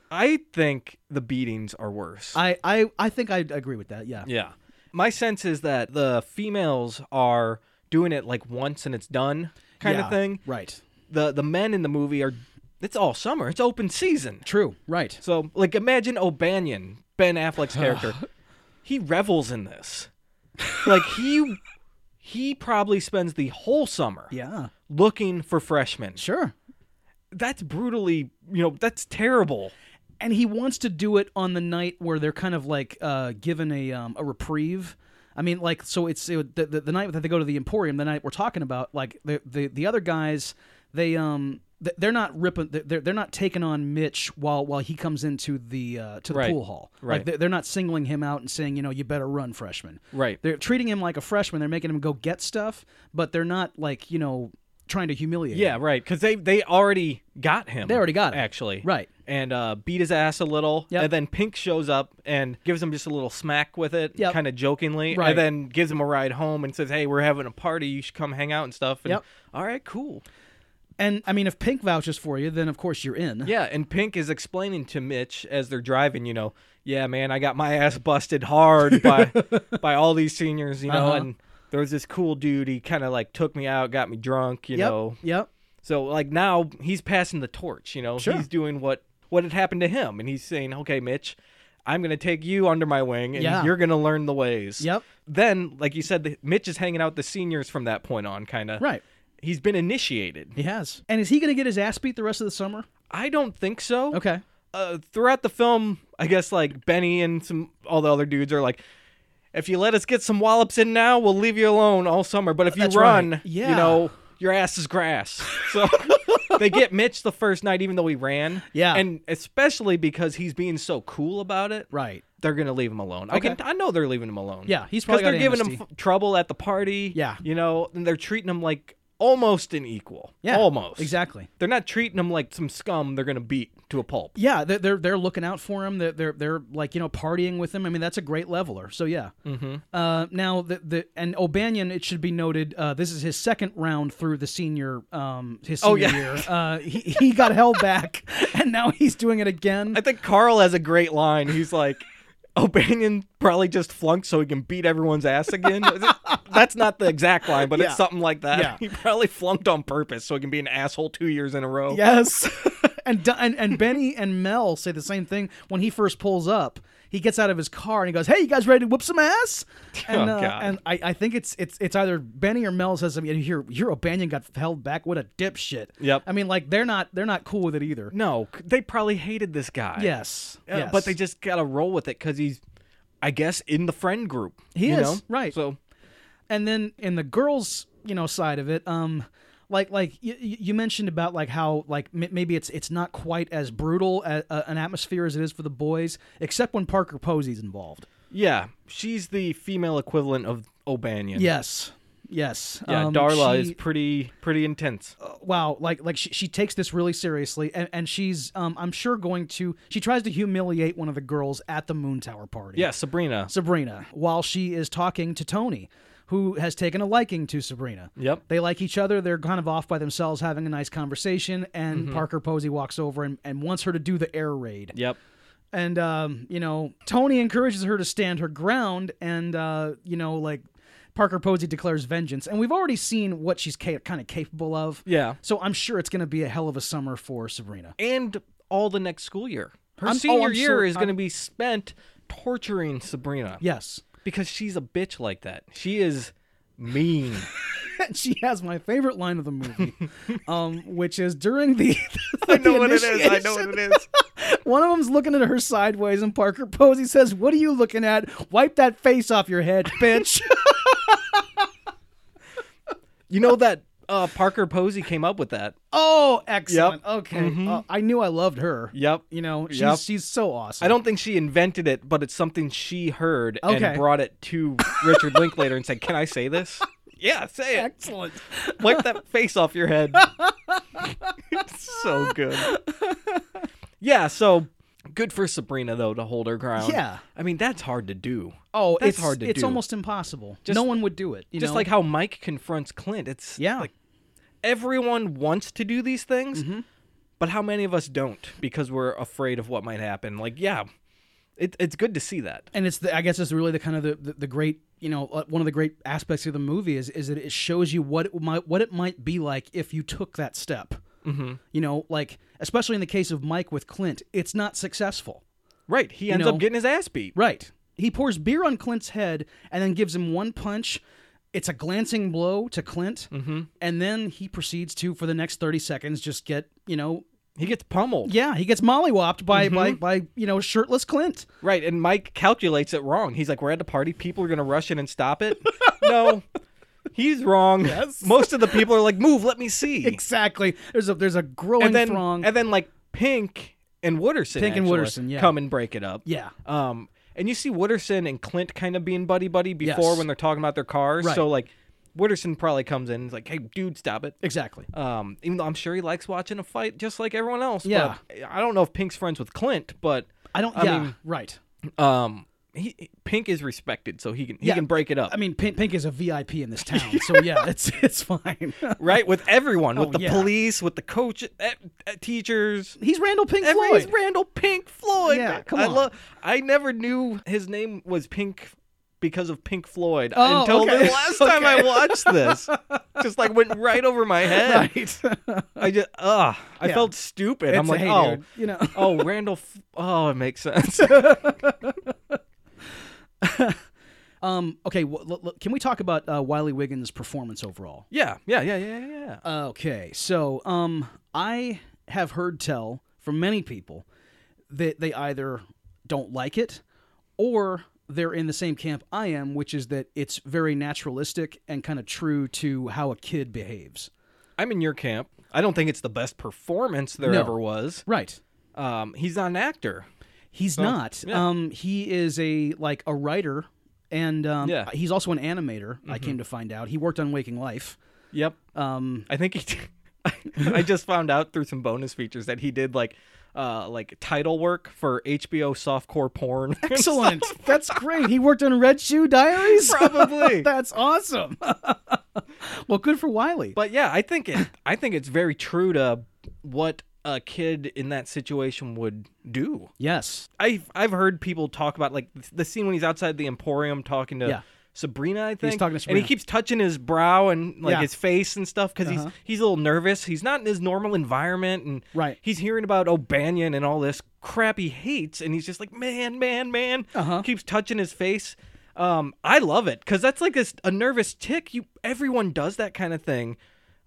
I think the beatings are worse.
I, I, I think I agree with that. Yeah.
Yeah. My sense is that the females are doing it like once and it's done kind
Yeah.
of thing.
Right.
The the men in the movie are it's all summer. It's open season.
True. Right.
So like imagine O'Banion, Ben Affleck's character. he revels in this. Like he he probably spends the whole summer
Yeah.
looking for freshmen.
Sure.
That's brutally, you know, that's terrible.
and he wants to do it on the night where they're kind of like uh, given a um, a reprieve. I mean, like, so it's it, the, the the night that they go to the Emporium, the night we're talking about. Like the the, the other guys, they um th- they're not ripping, they're they're not taking on Mitch while while he comes into the uh, to the
Right.
pool hall.
Right.
Like they're, they're not singling him out and saying, you know, you better run, freshman.
Right.
They're treating him like a freshman. They're making him go get stuff, but they're not like you know trying to humiliate.
Yeah, right. Because they they already got him.
They already got him.
actually.
Right.
And uh, beat his ass a little.
Yep.
And then Pink shows up and gives him just a little smack with it,
Yep.
kind of jokingly.
Right.
And then gives him a ride home and says, "Hey, we're having a party. You should come hang out and stuff." And,
Yep.
All right, cool.
And I mean, if Pink vouches for you, then of course you're in.
Yeah, and Pink is explaining to Mitch as they're driving, you know, yeah, man, I got my ass busted hard
(laughs)
by by all these seniors, you know,
Uh-huh.
and there was this cool dude. He kind of like took me out, got me drunk, you
Yep.
know,
Yep.
So like now he's passing the torch, you know.
Sure.
He's doing what what had happened to him and he's saying, "Okay, Mitch, I'm going to take you under my wing and
Yeah.
you're going to learn the ways."
Yep.
Then, like you said, the, Mitch is hanging out with the seniors from that point on kind of.
Right.
He's been initiated.
He has. And is he going to get his ass beat the rest of the summer?
I don't think so.
Okay.
Uh, throughout the film, I guess like Benny and some all the other dudes are like if you let us get some wallops in now, we'll leave you alone all summer. But if you
That's
run,
right.
you
Yeah.
know, your ass is grass. So (laughs) they get Mitch the first night, even though he ran.
Yeah.
And especially because he's being so cool about it.
Right.
They're gonna leave him alone. I
Okay.
can. I know they're leaving him alone.
Yeah, he's
because
probably got
they're giving him
amnesty.
f- trouble at the party.
Yeah.
You know, and they're treating him like almost an equal.
Yeah.
Almost.
Exactly.
They're not treating him like some scum. They're gonna beat to a pulp.
Yeah, they're they're, they're looking out for him. They're, they're they're like you know partying with him. I mean that's a great leveler. So yeah. Mm-hmm. Uh, now the the and O'Banion, it should be noted, uh, this is his second round through the senior um his senior
Oh, yeah.
year. Uh, he he got held back, (laughs) and now he's doing it again.
I think Carl has a great line. He's like, O'Banion probably just flunked so he can beat everyone's ass again. That's not the exact line, but
Yeah.
it's something like that.
Yeah.
(laughs) He probably flunked on purpose so he can be an asshole two years in a row.
Yes. (laughs) and, Di- and and Benny and Mel say the same thing when he first pulls up. He gets out of his car and he goes, "Hey, you guys ready to whoop some
(laughs)
ass?" And,
Oh,
uh,
God.
and I, I think it's it's it's either Benny or Mel says, "I mean, here, your O'Banion got held back. What a dipshit."
Yep.
I mean, like they're not they're not cool with it either.
No, c- they probably hated this guy.
Yes.
Uh,
yes.
But they just got to roll with it because he's, I guess, in the friend group.
He
you
is,
know?
right.
So,
and then in the girls you know side of it um like like you, you mentioned about like how like m- maybe it's it's not quite as brutal a, a, an atmosphere as it is for the boys except when parker posey's involved
yeah, she's the female equivalent of O'Banion.
yes Yes.
Yeah,
Um,
Darla
she- Uh,
is pretty pretty intense.
wow like like she, she takes this really seriously and, and she's um i'm sure going to she tries to humiliate one of the girls at the moon tower party
Yeah, Sabrina.
sabrina while she is talking to tony who has taken a liking to sabrina
Yep.
they like each other they're kind of off by themselves having a nice conversation and
Mm-hmm.
parker posey walks over and, and wants her to do the air raid
Yep.
and um, you know Tony encourages her to stand her ground, and uh, you know like Parker Posey declares vengeance, and we've already seen what she's ca- kind of capable of.
Yeah.
So I'm sure it's going to be a hell of a summer for Sabrina.
And all the next school year. Her
I'm- oh,
senior
I'm
year
sure-
is going to
I'm-
be spent torturing Sabrina
Yes, (laughs)
because she's a bitch like that. She is mean. (laughs)
and she has my favorite line of the movie, um, which is during the, (laughs) the initiation,
it is.
One of them's looking at her sideways, and Parker Posey says, "What are you looking at? Wipe that face off your head,
(laughs)
bitch."
(laughs) You know that uh, Parker Posey came up with that.
oh, excellent. Okay,
Mhm.
Uh, I knew I loved her.
Yep.
You know, she's
Yep.
she's so awesome.
I don't think she invented it, but it's something she heard
Okay.
and brought it to Richard Linklater and said, "Can I say this?" (laughs) yeah, say it.
Excellent.
Wipe
(laughs)
that face off your head. so good. Yeah, so good for Sabrina though to hold her ground.
Yeah.
I mean that's hard to do.
Oh,
That's
it's
hard to
It's
do.
almost impossible. no one would do it. You
Just
know?
like how Mike confronts Clint. It's
yeah,
like everyone wants to do these things,
Mm-hmm.
but how many of us don't because we're afraid of what might happen? Like, yeah, it, it's good to see that.
and it's the, I guess it's really the kind of the, the, the great you know uh, one of the great aspects of the movie is is that it shows you what it might what it might be like if you took that step. Mm-hmm. You know, like especially in the case of Mike with Clint, it's not successful.
Right. He ends
know-
up getting his ass beat.
Right. He pours beer on Clint's head and then gives him one punch. It's a glancing blow to Clint,
Mm-hmm.
and then he proceeds to, for the next thirty seconds, just get you know
He gets pummeled.
Yeah, he gets mollywopped by
Mm-hmm.
by by you know shirtless Clint. (laughs)
Right. And Mike calculates it wrong. He's like, we're at a party. People are going to rush in and stop
(laughs)
it. no. He's wrong.
Yes.
Most of the people are like, move, let me see.
Exactly. There's a there's a growing
and then,
throng.
and then like Pink and Wooderson,
Pink and
actually
Wooderson, yeah.
come and break it up.
yeah,
Um, and you see Wooderson and Clint kind of being buddy buddy before
Yes.
when they're talking about their cars.
Right.
So like, Wooderson probably comes in and is like, "Hey, dude, stop it."
exactly.
Um, even though I'm sure he likes watching a fight just like everyone else.
Yeah.
But I don't know if Pink's friends with Clint, but
I don't.
I
yeah,
mean-
right.
um, he Pink is respected, so he can he
Yeah.
can break it up.
I mean, Pink, Pink is a VIP in this town,
(laughs)
so yeah, it's it's fine. (laughs)
Right with everyone, with
Oh,
the
yeah.
police, with the coach, eh, eh, teachers,
He's Randall Pink
Everyone's
Floyd.
Randall Pink Floyd.
Yeah, come
I
on.
lo- I never knew his name was Pink because of Pink Floyd
Oh,
until
okay.
the (laughs) last time I watched this. Just like went right over
(laughs)
my head.
right.
I just ugh, I
Yeah.
felt stupid. I'm
It's a,
like,
"Hey,
oh,
dude," you know.
oh, Randall. F- oh, it makes
(laughs)
sense.
Um. Okay. Well, l- l- can we talk about uh, Wiley Wiggins' performance overall?
yeah, yeah, yeah, yeah, yeah.
Okay, so um, I have heard tell from many people that they either don't like it or they're in the same camp I am, which is that it's very naturalistic and kind of true to how a kid behaves.
I'm in your camp. I don't think it's the best performance there
No.
ever was.
Right.
Um, he's not an actor.
He's not.
yeah.
Um, he is a like a writer, and um,
Yeah. Mm-hmm.
he's also an animator. I came to find out he worked on Waking Life.
Yep.
Um,
I think he. Did, (laughs) I just found out through some bonus features that he did like, uh, like title work for HBO softcore porn.
excellent. That's great. He worked on Red Shoe Diaries.
Probably.
(laughs) That's awesome. well, good for Wiley.
(laughs) but yeah, I think it. I think it's very true to what a kid in that situation would do.
yes.
I've I've heard people talk about like th- the scene when he's outside the Emporium talking to.
Yeah.
Sabrina, I think,
talking to
and
Sabrina.
he keeps touching his brow and like
Yeah.
his face and stuff because
Uh-huh.
he's he's a little nervous. He's not in his normal environment, and
Right.
he's hearing about O'Banion and all this crap he hates, and he's just like, man, man, man.
Uh-huh.
Keeps touching his face. Um, I love it because that's like this, a nervous tick. You everyone does that kind of thing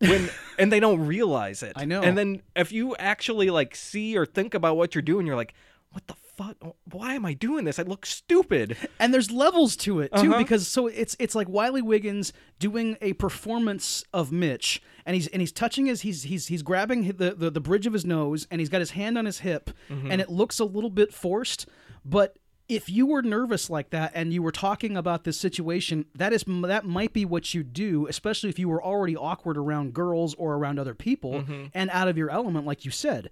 when and they don't realize it.
I know.
And then if you actually like see or think about what you're doing, you're like, what the fuck? Why am I doing this? I look stupid.
And there's levels to it too,
Uh-huh.
because so it's it's like Wiley Wiggins doing a performance of Mitch, and he's and he's touching his he's he's he's grabbing hi- the the, the bridge of his nose, and he's got his hand on his hip, and it looks a little bit forced, but if you were nervous like that and you were talking about this situation, that is that might be what you do, especially if you were already awkward around girls or around other people and out of your element, like you said.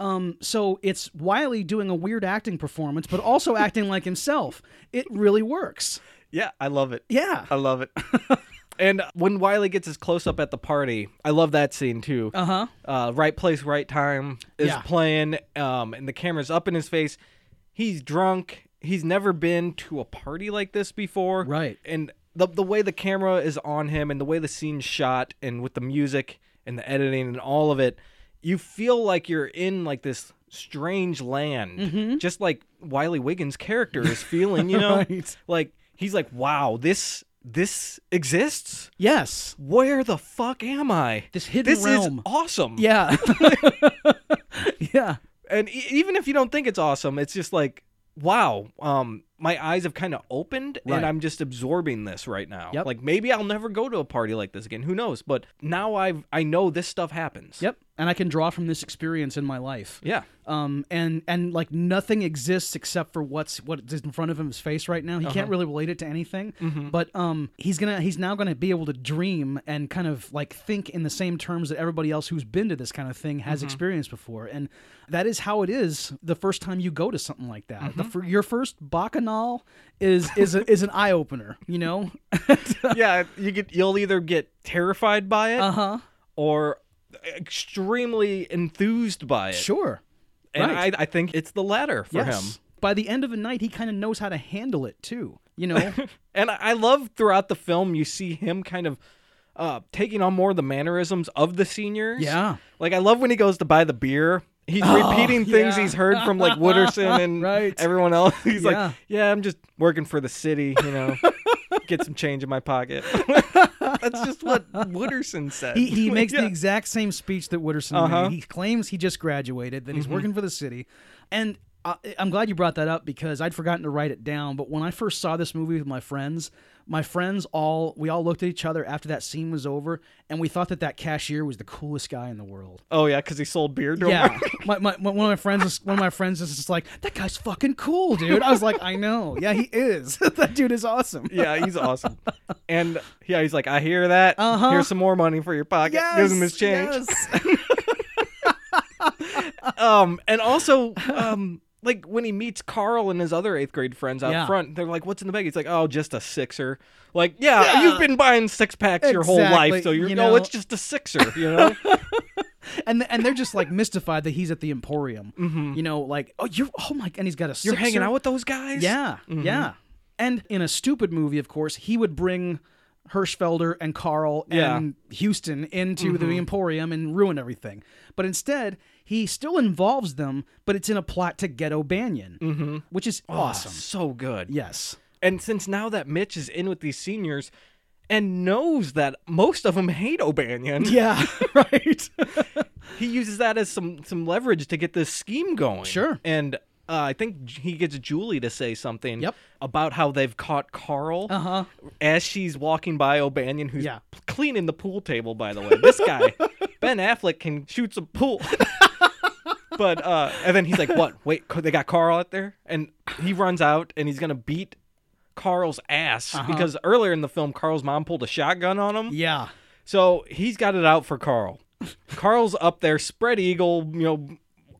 Um, so it's Wiley doing a weird acting performance, but also acting like himself. It really works.
(laughs) Yeah, I love it.
Yeah.
I love it. (laughs) and when Wiley gets his close up at the party, I love that scene too.
Uh huh.
Uh, right place, right time is
Yeah.
playing, um, and the camera's up in his face. He's drunk. He's never been to a party like this before.
Right.
And the the way the camera is on him, and the way the scene's shot, and with the music and the editing and all of it, you feel like you're in like this strange land,
Mm-hmm.
just like Wiley Wiggins' character is feeling. You know,
(laughs) Right.
like he's like, wow, this this exists.
Yes.
Where the fuck am I?
This hidden
This
realm.
is awesome.
Yeah. (laughs) yeah.
and e- even if you don't think it's awesome, it's just like, wow, um, my eyes have kind of opened,
Right.
and I'm just absorbing this right now.
Yep.
Like maybe I'll never go to a party like this again. Who knows? But now I've I know this stuff happens.
Yep. And I can draw from this experience in my life. (laughs)
Yeah.
um and and like nothing exists except for what's what is in front of him his face right now he can't
Uh-huh.
really relate it to anything
Mm-hmm.
but um he's gonna he's now gonna be able to dream and kind of like think in the same terms that everybody else who's been to this kind of thing has
Mm-hmm.
experienced before and that is how it is the first time you go to something like that
Mm-hmm.
the, fir- your first bacchanal is is a, is an eye-opener you know (laughs)
yeah. You get you'll either get terrified by it
uh-huh
or extremely enthused by it.
sure
And
right.
I, I think it's the latter for him.
by the end of the night he kind of knows how to handle it too
(laughs)
you know
And I- I love throughout the film, you see him kind of uh, taking on more of the mannerisms of the seniors.
Yeah. Oh,
Like, I love when he goes to buy the beer. He's
(laughs)
repeating things
yeah.
he's heard from like
(laughs)
Wooderson and
Right.
everyone else. (laughs) He's
Yeah.
like, yeah, I'm just working for the city, you
(laughs)
know, get some change in my pocket. That's just what Wooderson said.
He,
(laughs)
he makes the
Yeah.
exact same speech that Witterson
Uh-huh. Mm-hmm.
made. He claims he just graduated, that he's working for the city. And I, I'm glad you brought that up because I'd forgotten to write it down. But when I first saw this movie with my friends, my friends all, we all looked at each other after that scene was over and we thought that that cashier was the coolest guy in the world.
Oh, yeah, because he sold beer to him. (laughs)
Yeah, (laughs) my, my, my- one of my friends is one of my friends is just like that guy's fucking cool, dude. I was like, I know, yeah, he is. (laughs) that dude is awesome.
Yeah, he's awesome. And yeah, he's like, I hear that.
Uh-huh.
Here's some more money for your pocket.
Yes,
Gives him his change.
yes.
Um, and
(laughs)
also, um, like when he meets Carl and his other eighth grade friends out
Yeah.
front, they're like, "What's in the bag?" He's like, "Oh, just a sixer." Like, yeah, you've been buying six packs your whole
Exactly,
life, so you're
you
no,
know."
it's just a sixer, you
(laughs)
know?
and and they're just like mystified that he's at the Emporium. You know, like oh you're oh my and he's got a
Mm-hmm. you're hanging
sixer.
out with Mm-hmm. those guys.
yeah yeah. And in a stupid movie, of course, he would bring Hirschfelder and Carl
Yeah. Mm-hmm.
and Houston into the Emporium and ruin everything. But instead, he still involves them, but it's in a plot to ghetto Banyan, mm-hmm. which is
Oh,
awesome.
Ah, so good. (laughs)
Yes.
And since now that Mitch is in with these seniors. And knows that most of them hate O'Banion. (laughs)
Yeah. right.
He uses that as some some leverage to get this scheme going.
Sure.
And uh, I think J- he gets Julie to say something
Yep.
about how they've caught Carl.
uh huh.
as she's walking by O'Banion, who's
Yeah.
p- cleaning the pool table, by the way. This
(laughs)
guy, Ben Affleck, can shoot some pool. (laughs) but, uh, and then he's like, what? Wait, c- they got Carl out there? And he runs out and he's going to beat Carl's ass
Uh-huh.
because earlier in the film, Carl's mom pulled a shotgun on him.
(laughs) Yeah.
So he's got it out for Carl. Carl's up there, spread eagle, you know,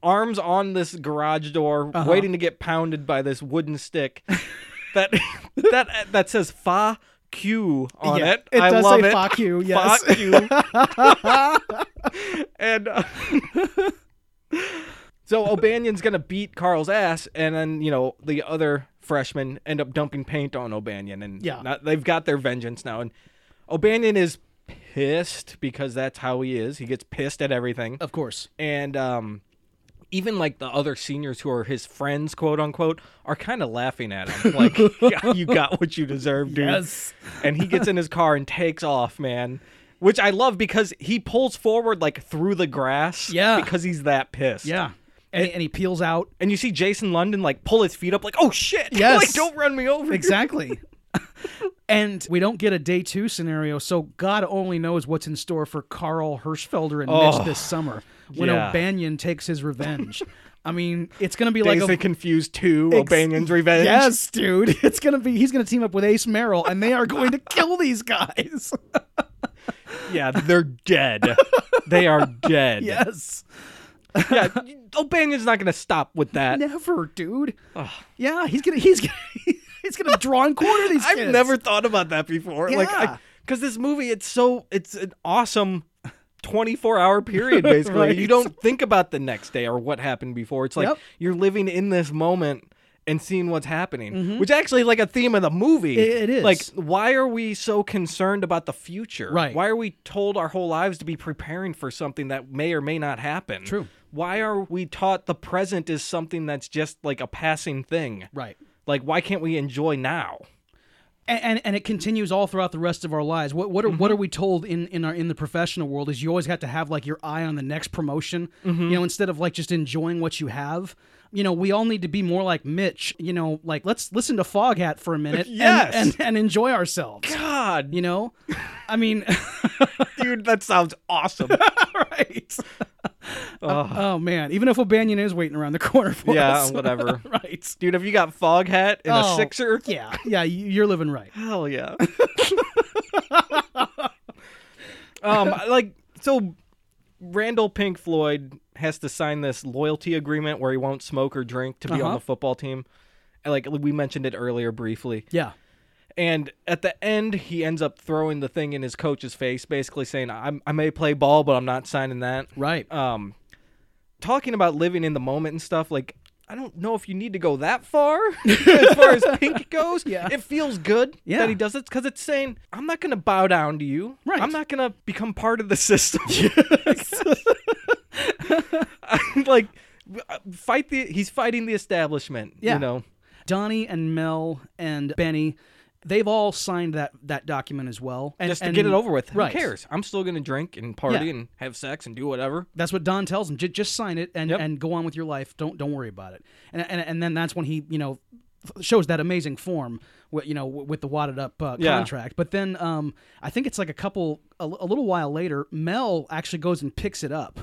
arms on this garage door,
Uh-huh.
waiting to get pounded by this wooden stick that that that says "fa q" on
Yeah,
it. I
does
love
say
it. (laughs)
fuck you. Yes.
Fuck you.
(laughs)
and uh, so O'Banion's gonna beat Carl's ass, and then you know the other freshmen end up dumping paint on O'Banion, and
Yeah.
not- Uh, they've got their vengeance now. And O'Banion is pissed because that's how he is. He gets pissed at everything,
Of course.
and um. Even like the other seniors who are his friends, quote unquote, are kind of laughing at
(laughs)
him. Like, "Yeah, you got what you deserve, dude and he gets in his car and takes off, man. Which I love because he pulls forward like through the grass.
Yeah.
Because he's that pissed.
Yeah. And, and he peels out.
And you see Jason London like pull his feet up, like, oh shit. (laughs)
Yes.
like, don't run me over.
Exactly. and we don't get a day two scenario, so God only knows what's in store for Carl Hirschfelder and Mitch this summer when
Oh, yeah.
O'Banion takes his revenge. I mean, it's gonna be
Days
like a
they confused two,
Ex-
Albanian's Revenge.
Yes, dude. (laughs) It's gonna be. He's gonna team up with Ace Merrill, and they are going to kill these guys. (laughs)
Yeah, they're dead. they are dead.
yes.
yeah, Albanian's not gonna stop with that.
Never, dude.
Ugh.
Yeah, he's gonna. He's gonna. (laughs) He's gonna draw and corner these.
(laughs) I've
kids.
never thought about that before.
Yeah.
Like, because this movie, it's so it's an awesome. 24 hour
(laughs)
period basically
Right.
you don't think about the next day or what happened before it's like
Yep.
you're living in this moment and seeing what's happening which actually is like a theme of the movie
Mm-hmm. It- it
like
is.
why are we so concerned about the future
Right.
why are we told our whole lives to be preparing for something that may or may not happen
True.
why are we taught the present is something that's just like a passing thing
Right.
like why can't we enjoy now
and, and and it continues all throughout the rest of our lives. What what are what are
Mm-hmm.
we told in in our in the professional world is you always have to have like your eye on the next promotion.
Mm-hmm.
You know, instead of like just enjoying what you have. You know, we all need to be more like Mitch. You know, like let's listen to Foghat for a minute. and-
Yes.
and, and enjoy ourselves.
God,
You know, I mean,
(laughs)
(laughs)
dude, that sounds awesome. (laughs)
right? Oh man, even if O'Banion is waiting around the corner for
yeah,
us, (laughs)
whatever.
right?
Dude, have you got fog hat and
Oh,
a sixer?
Yeah, yeah, you- you're living right.
Hell yeah. (laughs) um, like so Randall Pink Floyd has to sign this loyalty agreement where he won't smoke or drink to be
Uh-huh.
on the football team. And, Like we mentioned it earlier briefly.
Yeah,
And at the end, he ends up throwing the thing in his coach's face, basically saying, I'm, I may play ball, but I'm not signing that. (laughs)
right.
um talking about living in the moment and stuff like I don't know if you need to go that far (laughs) as far as pink goes.
(laughs) Yeah.
It feels good
Yeah.
that he does it because it's saying, I'm not going to bow down to you.
Right.
I'm not going to become part of the
(laughs)
system. I'm (laughs) like, uh, fight the, he's fighting the establishment,
Yeah.
you know?
Donnie and Mel and Benny, they've all signed that that document as well. And,
Just to
and-
get it over with.
right.
Who cares? I'm still going to drink and party
Yeah.
and have sex and do whatever.
That's what Don tells him. J- just sign it and,
Yep.
and go on with your life. Don't don't worry about it. And and, and then that's when he you know f- shows that amazing form with you know w- with the wadded up uh,
Yeah.
contract. But then um I think it's like a couple a, l- a little while later, Mel actually goes and picks it up.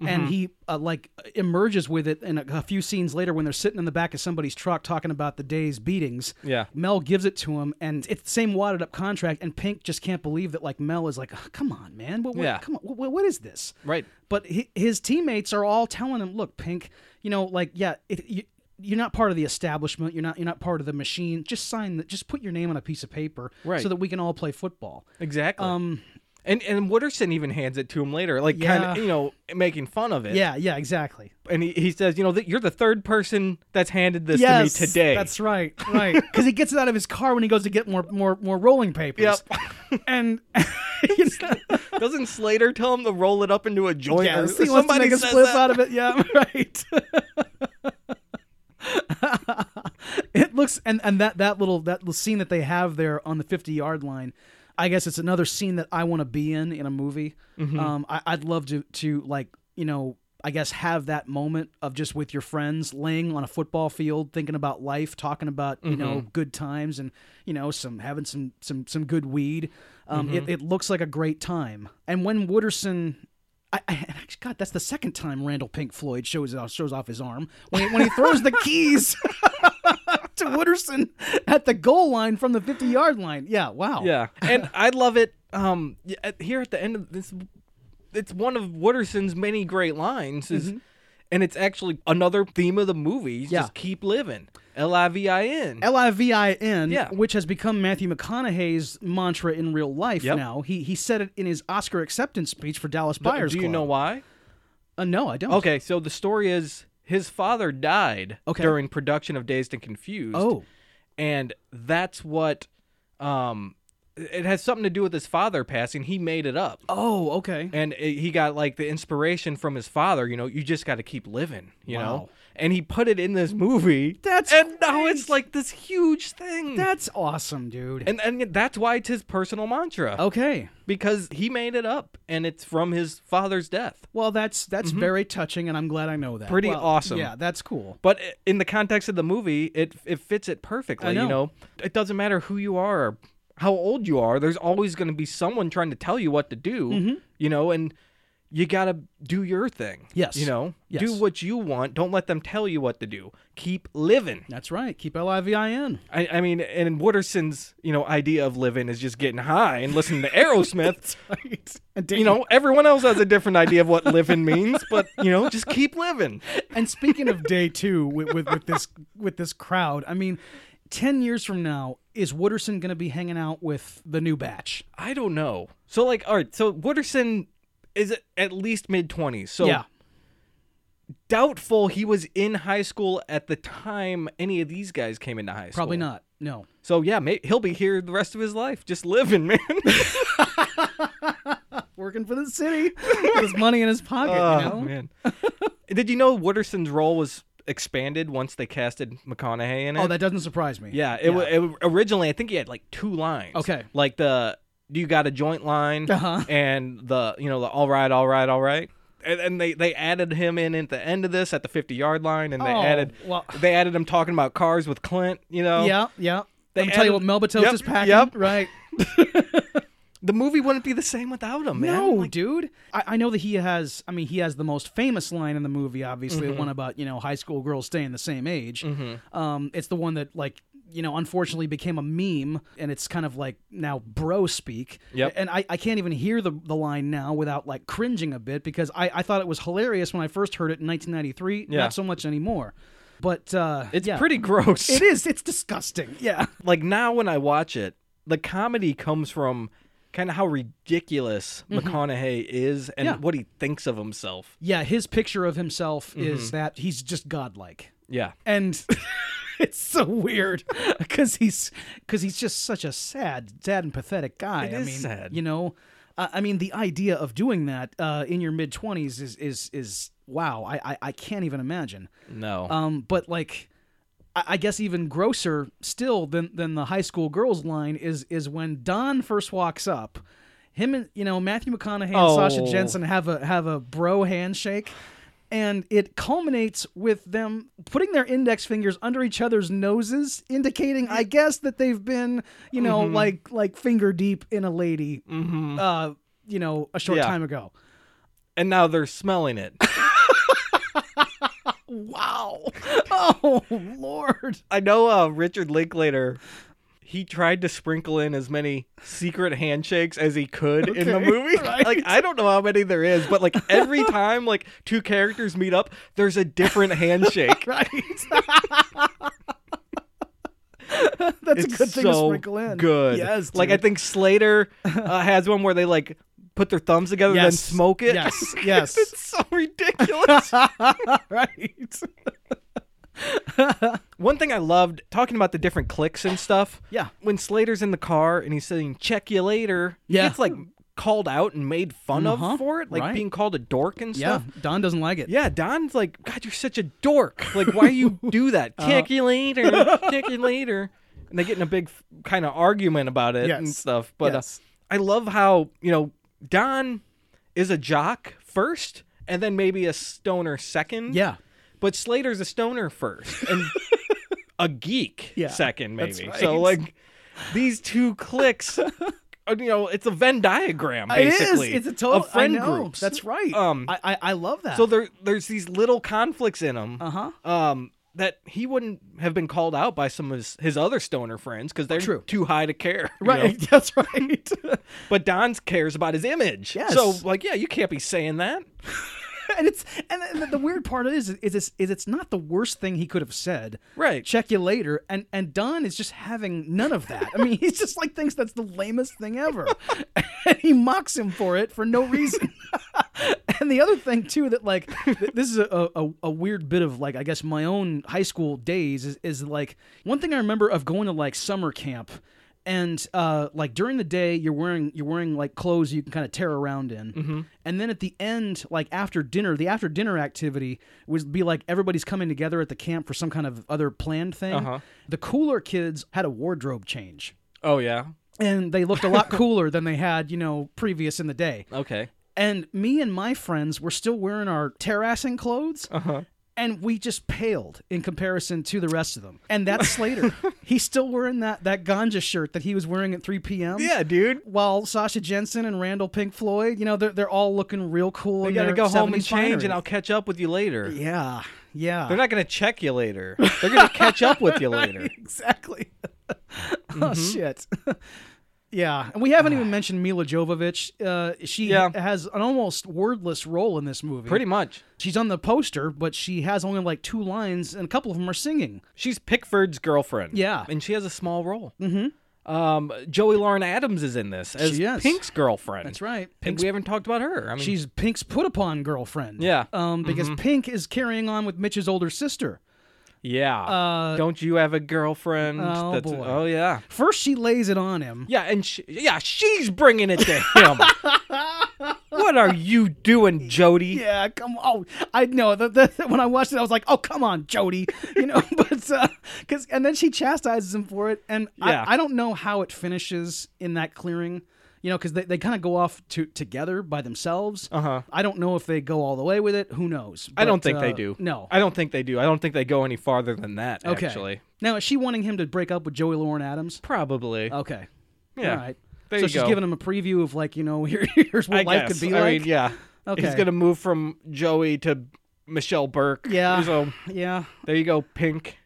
Mm-hmm.
And he uh, like emerges with it, and a, a few scenes later, when they're sitting in the back of somebody's truck talking about the day's beatings,
Yeah.
Mel gives it to him, and it's the same wadded up contract. And Pink just can't believe that like Mel is like, "Ugh, come on, man, what, what-
Yeah.
come on, what, what is this?
Right.
But hi- his teammates are all telling him, "Look, Pink, you know, like, yeah, it, you, you're not part of the establishment. You're not. You're not part of the machine. Just sign that. Just put your name on a piece of paper,
Right.
so that we can all play football."
Exactly.
Um,
And and Wooderson even hands it to him later, like kind
Yeah.
of you know making fun of it.
yeah, yeah, exactly.
And he, he says, you know, that you're the third person that's handed this
yes,
to me today. (laughs)
That's right, right. (laughs) Because he gets it out of his car when he goes to get more, more, more rolling papers. Yep. and (laughs) he's,
(laughs) Doesn't Slater tell him to roll it up into a joint? or-
yes,
or
he wants to
uh, somebody
make a
says
split
that.
out of it. Yeah, (laughs) right. (laughs) it looks and and that that little that little scene that they have there on the fifty yard line. I guess it's another scene that I want to be in in a movie. Um, I, I'd love to to like you know I guess have that moment of just with your friends laying on a football field, thinking about life, talking about you know good times and you know some having some some some good weed. Um, it, it looks like a great time. And when Wooderson I, I and actually, God, that's the second time Randall Pink Floyd shows off, shows off his arm when he, when he throws the keys (laughs) to Wooderson at the goal line from the fifty yard line. Yeah, wow.
Yeah, and I love it. Um, y- at- here at the end of this, it's one of Wooderson's many great lines. Is, and it's actually another theme of the movie. It's
Mm-hmm. Yeah.
Just keep living. L I V I N.
L I V I N,
Yeah.
which has become Matthew McConaughey's mantra in real life
Yep.
now. He he said it in his Oscar acceptance speech for Dallas Buyers
Do you
Club.
know why?
Uh, no, I don't.
Okay, so the story is his father died
Okay.
during production of Dazed and Confused.
Oh,
And that's what um it has something to do with his father passing. He made it up.
oh, okay.
And it, he got like the inspiration from his father, you know, you just got to keep living, you
Wow.
know. And he put it in this movie.
That's
And now
great.
it's like this huge thing.
That's awesome, dude.
and and that's why it's his personal mantra
okay.
because he made it up and it's from his father's death.
Well, that's that's very touching, and I'm glad I know that.
Mm-hmm. Pretty
Well,
awesome.
Yeah, that's cool.
But i- in the context of the movie, it it fits it perfectly.
I know.
You know, it doesn't matter who you are, or
Mm-hmm.
how old you are. There's always going to be someone trying to tell you what to do. You know, and you gotta do your thing.
Yes.
You know,
Yes.
do what you want. Don't let them tell you what to do. Keep living.
That's right. Keep L I V I N. (laughs)
I, I mean, and Wooderson's you know idea of living is just getting high and
(laughs)
listening to Aerosmith.
Right.
you know, everyone else has a different idea of what living means, but you know, just keep living.
and speaking of day two with, with, with this with this crowd, I mean, ten years from now, is Wooderson going to be hanging out with the new batch?
I don't know. So like, all right. So Wooderson is at least mid twenties. So
yeah,
doubtful he was in high school at the time any of these guys came into high school.
probably not. No.
So yeah, may- he'll be here the rest of his life, just living,
(laughs)
man. (laughs)
Working for the city (laughs) with his money in his pocket, you know?
Oh, man. Did you know Wooderson's role was expanded once they casted McConaughey in it?
Oh, that doesn't surprise me.
yeah, it, wa- it originally I think he had like two lines.
Okay.
like the you got a joint line
Uh-huh.
and the you know the all right, all right, all right. And, and they, they added him in at the end of this at the fifty yard line, and they
Oh,
added
well-
they added him talking about cars with Clint. You know,
yeah, yeah.
They
Let me tell you what
added-
Melba Toast
Yep,
is packing.
yep.
Right.
the movie wouldn't be the same without him, man.
No,
Like,
dude. I, I know that he has. I mean, he has the most famous line in the movie. Obviously,
Mm-hmm.
the one about you know high school girls staying the same age. Um, it's the one that like you know unfortunately became a meme, and it's kind of like now bro speak.
Yep.
And I, I can't even hear the the line now without like cringing a bit because I I thought it was hilarious when I first heard it in 1993.
Yeah.
Not so much anymore. But uh,
it's
yeah.
pretty gross.
It is. It's disgusting. Yeah. (laughs)
like now when I watch it, the comedy comes from kind of how ridiculous McConaughey is and
Mm-hmm. Yeah.
what he thinks of himself.
Yeah. His picture of himself
Mm-hmm.
is that he's just godlike.
Yeah.
and (laughs) it's so weird (laughs) because he's because he's just such a sad, sad and pathetic guy.
It
I
is
mean,
sad.
you know, I I mean, the idea of doing that uh, in your mid twenties is is is wow. I, I I can't even imagine.
No.
Um, but like. I I guess even grosser still than than the high school girls line is is when Don first walks up, him and you know Matthew McConaughey and Sasha
Oh.
Jensen have a have a bro handshake, and it culminates with them putting their index fingers under each other's noses, indicating I guess that they've been you know
Mm-hmm.
like like finger deep in a lady, uh, you know a short
Yeah.
time ago.
and now they're smelling it.
Wow! (laughs) Oh Lord!
I know uh, Richard Linklater. He tried to sprinkle in as many secret handshakes as he could in the
Okay,
movie.
(laughs) right.
Like I don't know how many there is, but like
(laughs)
every time like two characters meet up, there's a different handshake.
Right. (laughs) That's
it's
a good thing to
so
sprinkle in.
Good.
Yes.
Like I
dude.
think
(laughs)
Slater uh, has one where they like put their thumbs together and then
Yes.
smoke it.
Yes. Yes.
(laughs) it's so
(laughs)
ridiculous. (laughs)
right.
one thing I loved talking about the different clicks and stuff.
Yeah.
When Slater's in the car and he's saying "check you later,"
Yeah.
he gets like called out and made fun
Uh-huh.
of for it, like
Right.
being called a dork and
Yeah.
stuff.
Don doesn't like it.
Yeah, Don's like, God, you're such a dork. Like, why
(laughs)
you do that?
Uh-huh.
Check you later. Check you later. And they get in a big kind of argument about it and
Yes.
stuff. But
Yes.
uh, I love how, you know, Don is a jock first and then maybe a stoner second.
Yeah.
But Slater's a stoner first and a geek
(laughs) Yeah,
second,
that's
maybe.
right.
So, like, these two
(laughs)
cliques. uh, You know, it's a Venn diagram. Basically,
It is. It's a total
of friend
I know.
groups.
That's right.
Um,
I, I I love that.
So there, there's these little conflicts in him,
Uh-huh.
um, that he wouldn't have been called out by some of his, his other stoner friends because they're
True.
too high to care, you know?
right. (laughs) That's right.
(laughs) But Don's cares about his image,
Yes.
so like, yeah, you can't be saying that.
(laughs) and it's and the- the weird part is is it's, is it's not the worst thing he could have said.
Right.
Check you later. And and Don is just having none of that. I mean, (laughs) he's just like thinks that's the lamest thing ever, (laughs) and he mocks him for it for no reason. (laughs) and the other thing too that like th- this is a, a, a weird bit of like I guess my own high school days is, is like one thing I remember of going to like summer camp and uh, like during the day you're wearing you're wearing like clothes you can kind of tear around in and then at the end like after dinner the after dinner activity would be like everybody's coming together at the camp for some kind of other planned thing
Uh-huh.
the cooler kids had a wardrobe change
Oh yeah,
and they looked a lot cooler than they had you know previous in the day
okay.
and me and my friends were still wearing our terracing clothes.
Uh huh.
and we just paled in comparison to the rest of them. And that's
(laughs)
Slater. He's still wearing that that ganja shirt that he was wearing at 3 p.m.
Yeah, dude.
While Sasha Jensen and Randall Pink Floyd, you know, they're, they're all looking real cool.
You
in
gotta
their
go home and
70s
change,
finery.
and I'll catch up with you later.
Yeah, yeah.
They're not gonna check you later. They're gonna catch up with you later.
(laughs) exactly. (laughs) oh
Mm-hmm.
shit. (laughs) yeah, and we haven't
(sighs)
even mentioned Mila Jovovich. Uh, she
Yeah.
has an almost wordless role in this movie.
Pretty much.
She's on the poster, but she has only like two lines, and a couple of them are singing.
She's Pickford's girlfriend.
Yeah.
and she has a small role. Mm-hmm. Um, Joey Lauren Adams is in this as
She is.
Pink's girlfriend.
That's right.
And
Pink's,
we haven't talked about her. I mean,
she's Pink's put upon girlfriend.
Yeah. Mm-hmm.
Um, because Pink is carrying on with Mitch's older sister.
yeah.
Uh,
Don't you have a girlfriend?
Oh, boy.
oh yeah.
First, she lays it on him.
Yeah, and she, yeah, she's bringing it to him.
(laughs)
what are you doing, Jody?
Yeah, come on. Oh, I know. The, the, (laughs) when I watched it, I was like, "Oh, come on, Jody," you know. (laughs) but because and then she chastises him for it, and
Yeah.
I, I don't know how it finishes in that clearing, you know, because they, they kind of go off to together by themselves.
Uh-huh.
I don't know if they go all the way with it. Who knows?
I don't
But,
think they
uh,
do.
No.
I don't think they do. I don't think they go any farther than that.
okay.
Actually,
Now is she wanting him to break up with Joey Lauren Adams?
probably.
Okay.
yeah.
Uh, All right.
There
so
you
she's
go.
giving him a preview of like you know (laughs) here, here's what
I
life
guess.
could be
I
like.
mean, yeah. He's
Okay.
gonna move from Joey to Michelle Burke.
Yeah.
So
yeah. (laughs)
there you go, Pink.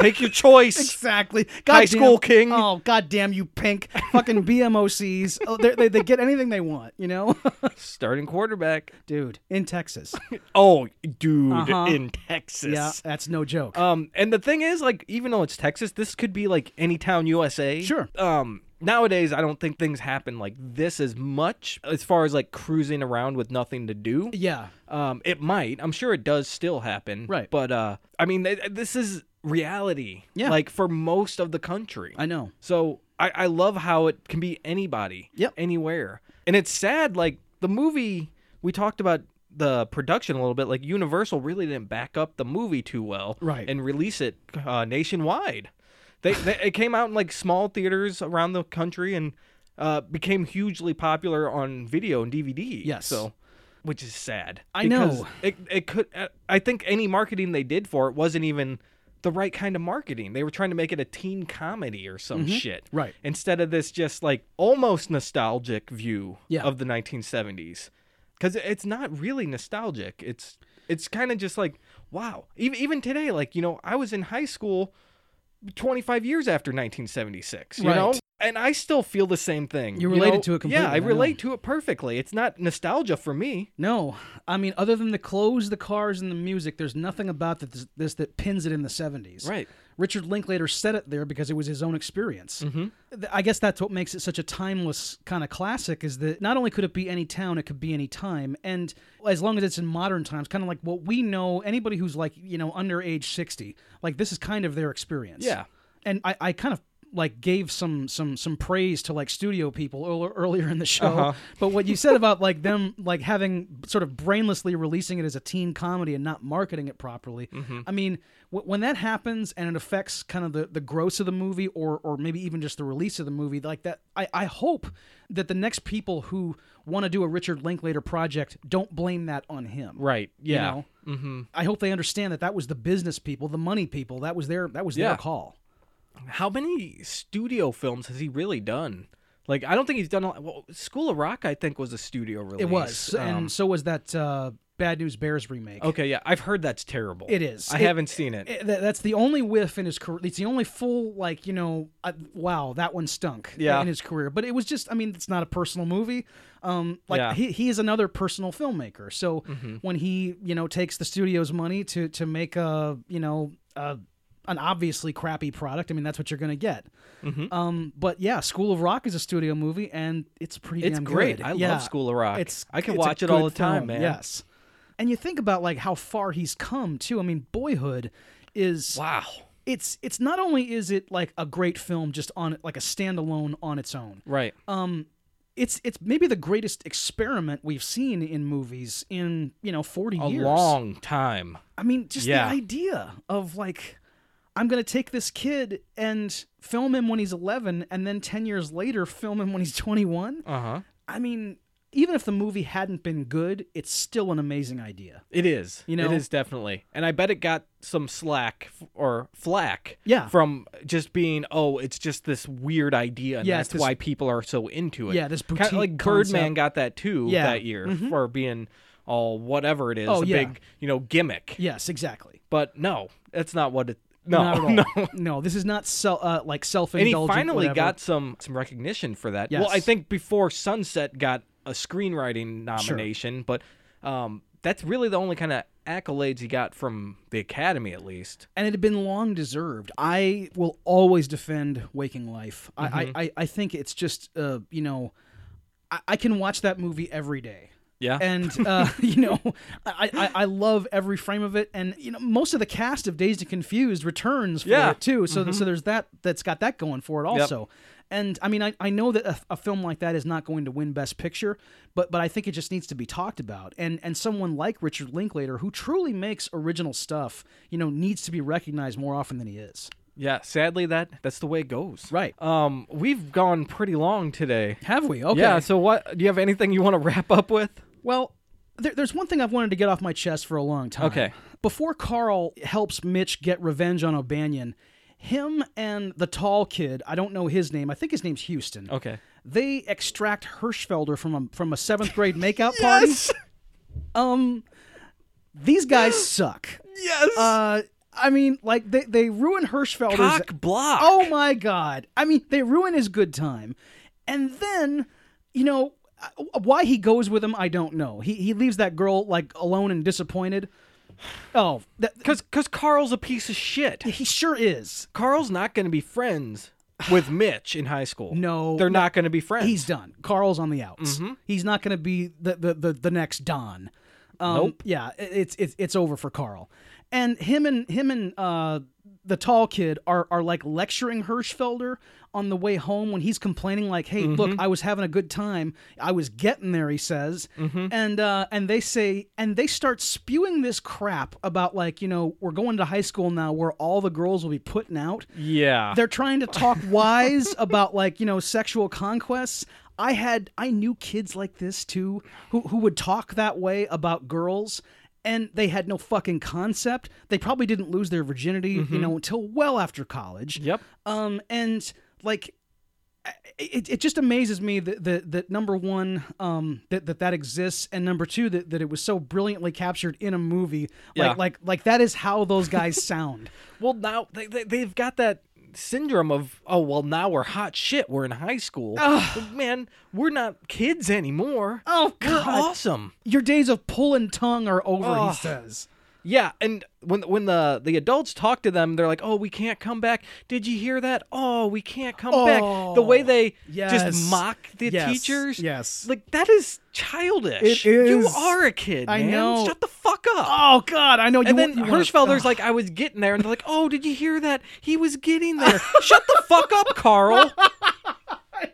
Take your choice.
Exactly.
High
Goddamn-
school king.
Oh, goddamn you, pink.
(laughs)
Fucking BMOCs. Oh, they're- they, they get anything they want, you know? (laughs)
Starting quarterback.
Dude, in
(laughs)
Texas.
Oh, dude,
Uh-huh.
in Texas.
Yeah, that's no joke.
Um, and the thing is, like, even though it's Texas, this could be like any town USA.
Sure.
Um, nowadays, I don't think things happen like this as much as far as like cruising around with nothing to do.
yeah.
Um, it might. I'm sure it does still happen.
Right.
But uh, I mean, th- this is reality.
Yeah.
Like for most of the country.
I know.
So I, I love how it can be anybody,
Yep.
anywhere. And it's sad, like the movie we talked about the production a little bit, like Universal really didn't back up the movie too well,
Right.
And release it uh, nationwide. They, they it came out in like small theaters around the country and uh, became hugely popular on video and DVD.
Yes.
so. Which is sad.
I
because
know.
it. It could. uh, I think any marketing they did for it wasn't even the right kind of marketing. They were trying to make it a teen comedy or some shit,
Mm-hmm. Right.
Instead of this just like almost nostalgic view
Yeah.
of the 1970s, because it's not really nostalgic. It's it's kind of just like wow. Even even today, like you know, I was in high school 25 years after 1976. You
Right.
know. And I still feel the same thing.
You related
know?
to it
Yeah, I
completely, I know.
relate to it perfectly. It's not nostalgia for me.
No, I mean, other than the clothes, the cars, and the music, there's nothing about this, this that pins it in the 70s.
Right.
Richard Linklater said it there because it was his own experience.
Mm-hmm.
Th- I guess that's what makes it such a timeless kind of classic is that not only could it be any town, it could be any time. And as long as it's in modern times, kind of like what we know, anybody who's like, you know, under age 60, like this is kind of their experience.
Yeah.
And I, I kind of like gave some some some praise to like studio people earl- earlier in the show
Uh-huh.
but what you said about like them like having sort of brainlessly releasing it as a teen comedy and not marketing it properly
Mm-hmm.
i mean w- when that happens and it affects kind of the the gross of the movie or or maybe even just the release of the movie like that i i hope that the next people who want to do a richard linklater project don't blame that on him
Right.
you
Yeah. Mm-hmm.
know? i hope they understand that that was the business people the money people that was their that was
Yeah.
their call
How many studio films has he really done? Like, I don't think he's done. A, well, School of Rock, I think, was a studio release.
It was,
Um,
and so was that uh, Bad News Bears remake.
okay, yeah, I've heard that's terrible.
It is.
I
It-
haven't seen it.
It- that- that's the only whiff in his career. It's the only full, like you know, uh, wow, that one stunk.
Yeah.
in his career. But it was just, I mean, it's not a personal movie. Um, like
Yeah. Mm-hmm.
he, he is another personal filmmaker. So when he, you know, takes the studio's money to to make a, you know, a, an obviously crappy product. I mean, that's what you're gonna get.
Mm-hmm.
Um, but yeah, School of Rock is a studio movie, and it's pretty.
it's
damn
great.
good.
I
Yeah.
love School of Rock.
It's
I can
it's a
watch it all the
good
time, man.
film, Yes. And you think about like how far he's come too. I mean, Boyhood is
Wow.
it's it's not only is it like a great film just on like a standalone on its own. Um,
Right.
It's it's maybe the greatest experiment we've seen in movies in, you know, 40
a
years.
long time.
I mean, just
Yeah.
the idea of like, I'm going to take this kid and film him when he's 11, and then 10 years later, film him when he's 21.
Uh huh.
I mean, even if the movie hadn't been good, it's still an amazing idea.
It is.
You know?
it is definitely, and I bet it got some slack f- or flack.
Yeah.
from just being oh, it's just this weird idea, and
Yeah, it's
that's
this-
why people are so into it.
Yeah, this
Kinda
boutique
like Birdman
concept.
got that too
Yeah. Mm-hmm.
that year for being all whatever it is,
Oh,
a
yeah.
big you know gimmick.
Yes, exactly.
But no, that's not what it. No, (laughs)
Not at all.
no.
No, this is not sel- uh, like self
And he
indulgent.
finally got some some recognition for that. Well, I
Yes.
think before Sunset got a screenwriting nomination, but um, that's really the only kind of accolades he got from the Academy, at least.
and it had been long deserved. I will always defend Waking Life. I
Mm-hmm.
I, I, I think it's just uh, you know, I, I can watch that movie every day.
Yeah.
And uh, (laughs) you know, I, I, I love every frame of it, and you know, most of the cast of Dazed and Confused returns for
Yeah. Mm-hmm.
it too. So so there's that that's got that going for it also. And I mean, I, I know that a, a film like that is not going to win Best Picture, but but I think it just needs to be talked about. And and someone like Richard Linklater, who truly makes original stuff, you know, needs to be recognized more often than he is.
yeah. Sadly, that that's the way it goes.
Right.
Um, we've gone pretty long today.
Have we? Okay.
Yeah. So, what do you have anything you want to wrap up with?
Well, there, there's one thing I've wanted to get off my chest for a long time.
Okay.
Before Carl helps Mitch get revenge on O'Banion, him and the tall kid, I don't know his name, I think his name's Houston.
Okay.
They extract Hirschfelder from a, from a seventh
(laughs)
grade makeout
Yes.
party. Um, these guys
(gasps)
suck.
Yes.
Uh, I mean, like, they, they ruin Hirschfelder's.
Cock block.
Oh my god! I mean, they ruin his good time, and then you know uh, why he goes with him. I don't know. He he leaves that girl like alone and disappointed. Oh, that
Cause, cause Carl's a piece of shit.
he sure is.
Carl's not going to be friends (sighs) with Mitch in high school.
No.
they're not going to be friends.
(laughs) He's done. Carl's on the outs. He's not going to be the, the the the next Don. Um,
Nope.
Yeah, i- it's it's it's over for Carl, and him and him and uh, the tall kid are are like lecturing Hirschfelder on the way home when he's complaining like, "Hey, look, I was having a good time. I was getting there," he says, and uh, and they say and they start spewing this crap about like you know we're going to high school now where all the girls will be putting out,
yeah.
they're trying to talk wise about like you know sexual conquests i had i knew kids like this too who, who would talk that way about girls and they had no fucking concept they probably didn't lose their virginity you know until well after college
Mm-hmm. Yep.
um and like I- it, it just amazes me that, that that number one um that that, that exists and number two that, that it was so brilliantly captured in a movie like
Yeah.
like like that is how those guys
(laughs)
sound
Well, now they, they they've got that syndrome of oh well now we're hot shit we're in high school man we're not kids anymore
oh
we're awesome
Your days of pulling tongue are over,
Ugh.
he says.
yeah and when when the the adults talk to them they're like oh we can't come back did you hear that oh we can't come back the way
Oh,
they
yes.
just mock the
Yes,
teachers
yes.
like that is childish
It
you
is.
are a kid
I
man.
know.
shut the fuck up
Oh God, I know you.
And
want-
then
you wanna-
Hirschfelder's
Ugh.
like, I was getting there. And they're like, oh, did you hear that? He was getting
(laughs)
there. Shut the fuck up, Carl.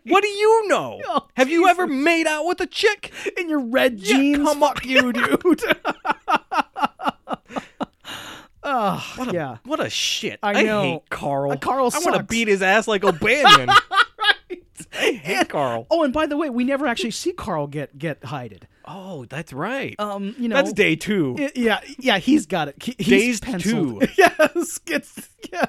What do you know?
Oh,
Have you ever made out with a chick?
in your red jeans.
come
fuck you, dude. (laughs) Ah, yeah.
What a shit.
I know.
hate Carl.
Uh, Carl
I want to
sucks.
beat his ass
(laughs)
like O'Banion. I hate Carl.
Oh, and by the way, we never actually see Carl get get hided.
Oh, that's right.
Um, you know,
that's day two.
I- yeah, yeah, he's got it. He, he's
Dazed
penciled. (laughs)
too.
yes, gets yeah.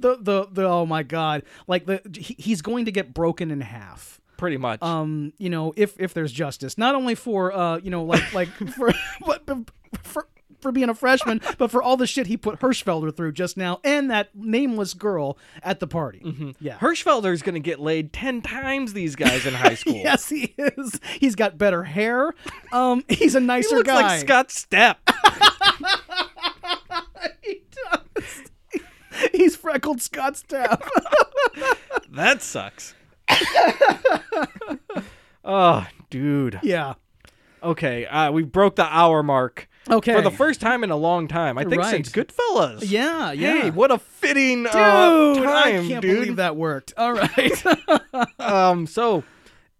The, the the oh my god, like the he, he's going to get broken in half.
Pretty much.
um, you know, if if there's justice, not only for uh, you know,
(laughs)
like like for (laughs) but, but for for being a freshman, but for all the shit he put Hirschfelder through just now, and that nameless girl at the party.
Mm-hmm.
Yeah. (laughs)
Hirschfelder's going to get laid 10 times these guys in high school.
Yes, he is. He's got better hair. Um,
(laughs)
he's a nicer
He looks
guy.
like Scott Stapp.
He does. (laughs) He's freckled Scott
(laughs)
Stapp.
That
(laughs)
sucks. oh, dude.
yeah.
Okay, uh, we broke the hour mark.
Okay.
For the first time in a long time. I think
Right.
since Goodfellas.
Yeah. Yeah.
Hey, what a fitting
Dude,
uh, time,
I
dude. (laughs)
can't believe that worked. All right.
Um, so,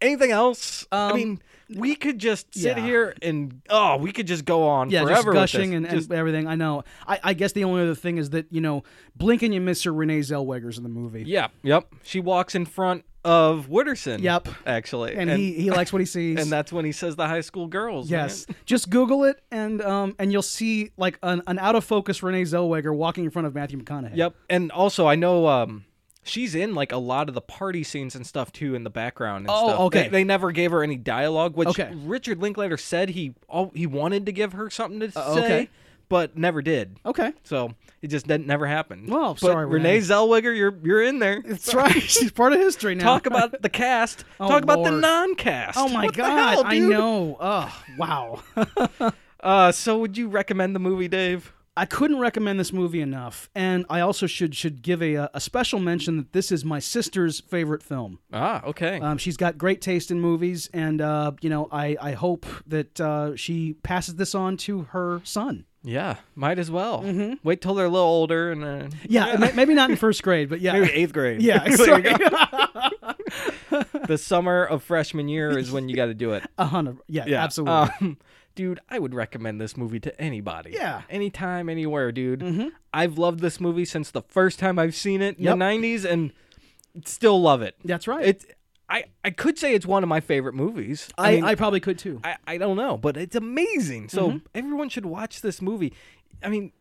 anything else? I
Um,
mean, we could just sit
Yeah.
here and oh, we could just go on
yeah,
forever with
just gushing
this.
and, and
Just-
everything. I know. I, I guess the only other thing is that you know, blinking you miss her Renee Zellweger's in the movie.
yeah, yep. She walks in front of Wooderson.
Yep.
actually,
And, he,
(laughs)
he likes what he sees.
and that's when he says the high school girls. man.
yes, just Google it and um and you'll see like an, an out of focus Renee Zellweger walking in front of Matthew McConaughey.
Yep. And also, I know um, she's in like a lot of the party scenes and stuff too in the background. And
Oh,
stuff.
okay.
They, they never gave her any dialogue, which
Okay.
Richard Linklater said he oh, he wanted to give her something to
Uh,
say,
okay.
but never did.
Okay.
So it just didn't, never happened.
Well,
but
sorry, Renee.
Zellweger, you're you're in there.
That's right. She's part of history now.
Talk
(laughs)
about the cast. Talk about the
Oh, Lord.
non-cast.
Oh my
What the
god,
hell,
I
dude?
know. Oh, wow. (laughs)
Uh, so would you recommend the movie, Dave?
I couldn't recommend this movie enough, and I also should should give a a special mention that this is my sister's favorite film.
Ah, okay.
Um, she's got great taste in movies, and uh, you know, I I hope that uh, she passes this on to her son.
yeah, might as well. Wait till they're a little older and then
mm-hmm. Yeah, ma- maybe not in first grade, but yeah,
maybe eighth grade. (laughs)
yeah.
There you
sorry.
go. (laughs) the summer of freshman year is when you got to do it.
A hundred, yeah, absolutely.
Um, (laughs) dude, I would recommend this movie to anybody.
Yeah. Mm-hmm.
Anytime, anywhere, dude. I've loved this movie since the first time I've seen it in
Yep.
the 90s and still love it.
That's right.
It, I, I could say it's one of my favorite movies.
I,
mean,
I Mm-hmm. probably could too.
I, I don't know, but it's amazing. So everyone should watch this movie. I mean,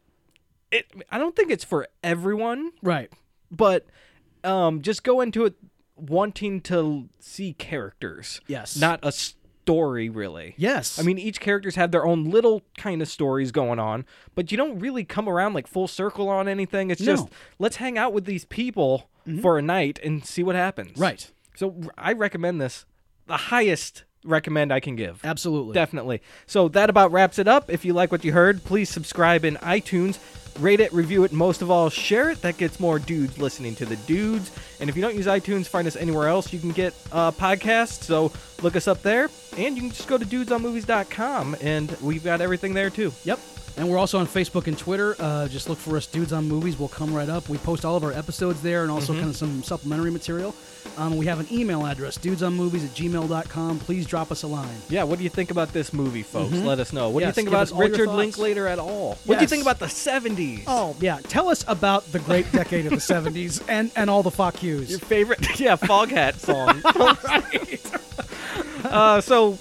it, I don't think it's for everyone,
right.
but um, just go into it wanting to see characters.
Yes.
Not a story, really.
Yes.
I mean, each characters have their own little kind of stories going on, but you don't really come around like full circle on anything. It's
No. Mm-hmm.
just let's hang out with these people for a night and see what happens.
Right.
So r- I recommend this. The highest recommend I can give.
absolutely.
Definitely. So that about wraps it up. If you like what you heard, please subscribe in iTunes, rate it, review it, and most of all, share it. That gets more dudes listening to the dudes. And if you don't use iTunes, find us anywhere else. You can get uh, podcasts, so look us up there. And you can just go to dudesonmovies.com, and we've got everything there too.
Yep. And we're also on Facebook and Twitter. Uh, just look for us, Dudes on Movies. We'll come right up. We post all of our episodes there and
Mm-hmm.
also kind of some supplementary material. Um, we have an email address, dudesonmovies at gmail.com. Please drop us a line.
Yeah, what do you think about this movie, folks? Let us know. What
Mm-hmm. Yes,
do you think
give us
about
all your
Richard
thoughts.
Linklater at all? What do you
Yes.
think about the 70s?
Oh, yeah. Tell us about the great decade of the 70s and, and all the fuck yous.
Your favorite, (laughs) yeah, fog
(laughs)
hat song. uh, so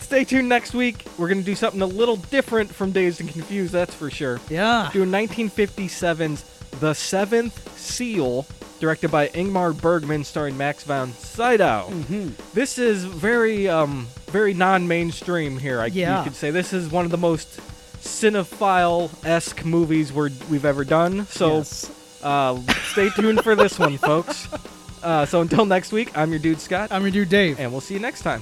stay tuned next week. We're gonna do something a little different from Dazed and Confused, that's for sure.
Yeah.
Doing 1957's The Seventh Seal, directed by Ingmar Bergman, starring Max von Sydow.
Mm-hmm.
This is very, um, very non-mainstream here. I
Yeah.
you could say this is one of the most cinephile-esque movies we're, we've ever done. So.
Yes.
Uh, stay tuned for this one, folks. Uh, so until next week, I'm your dude, Scott,
I'm your dude, Dave.
and we'll see you next time.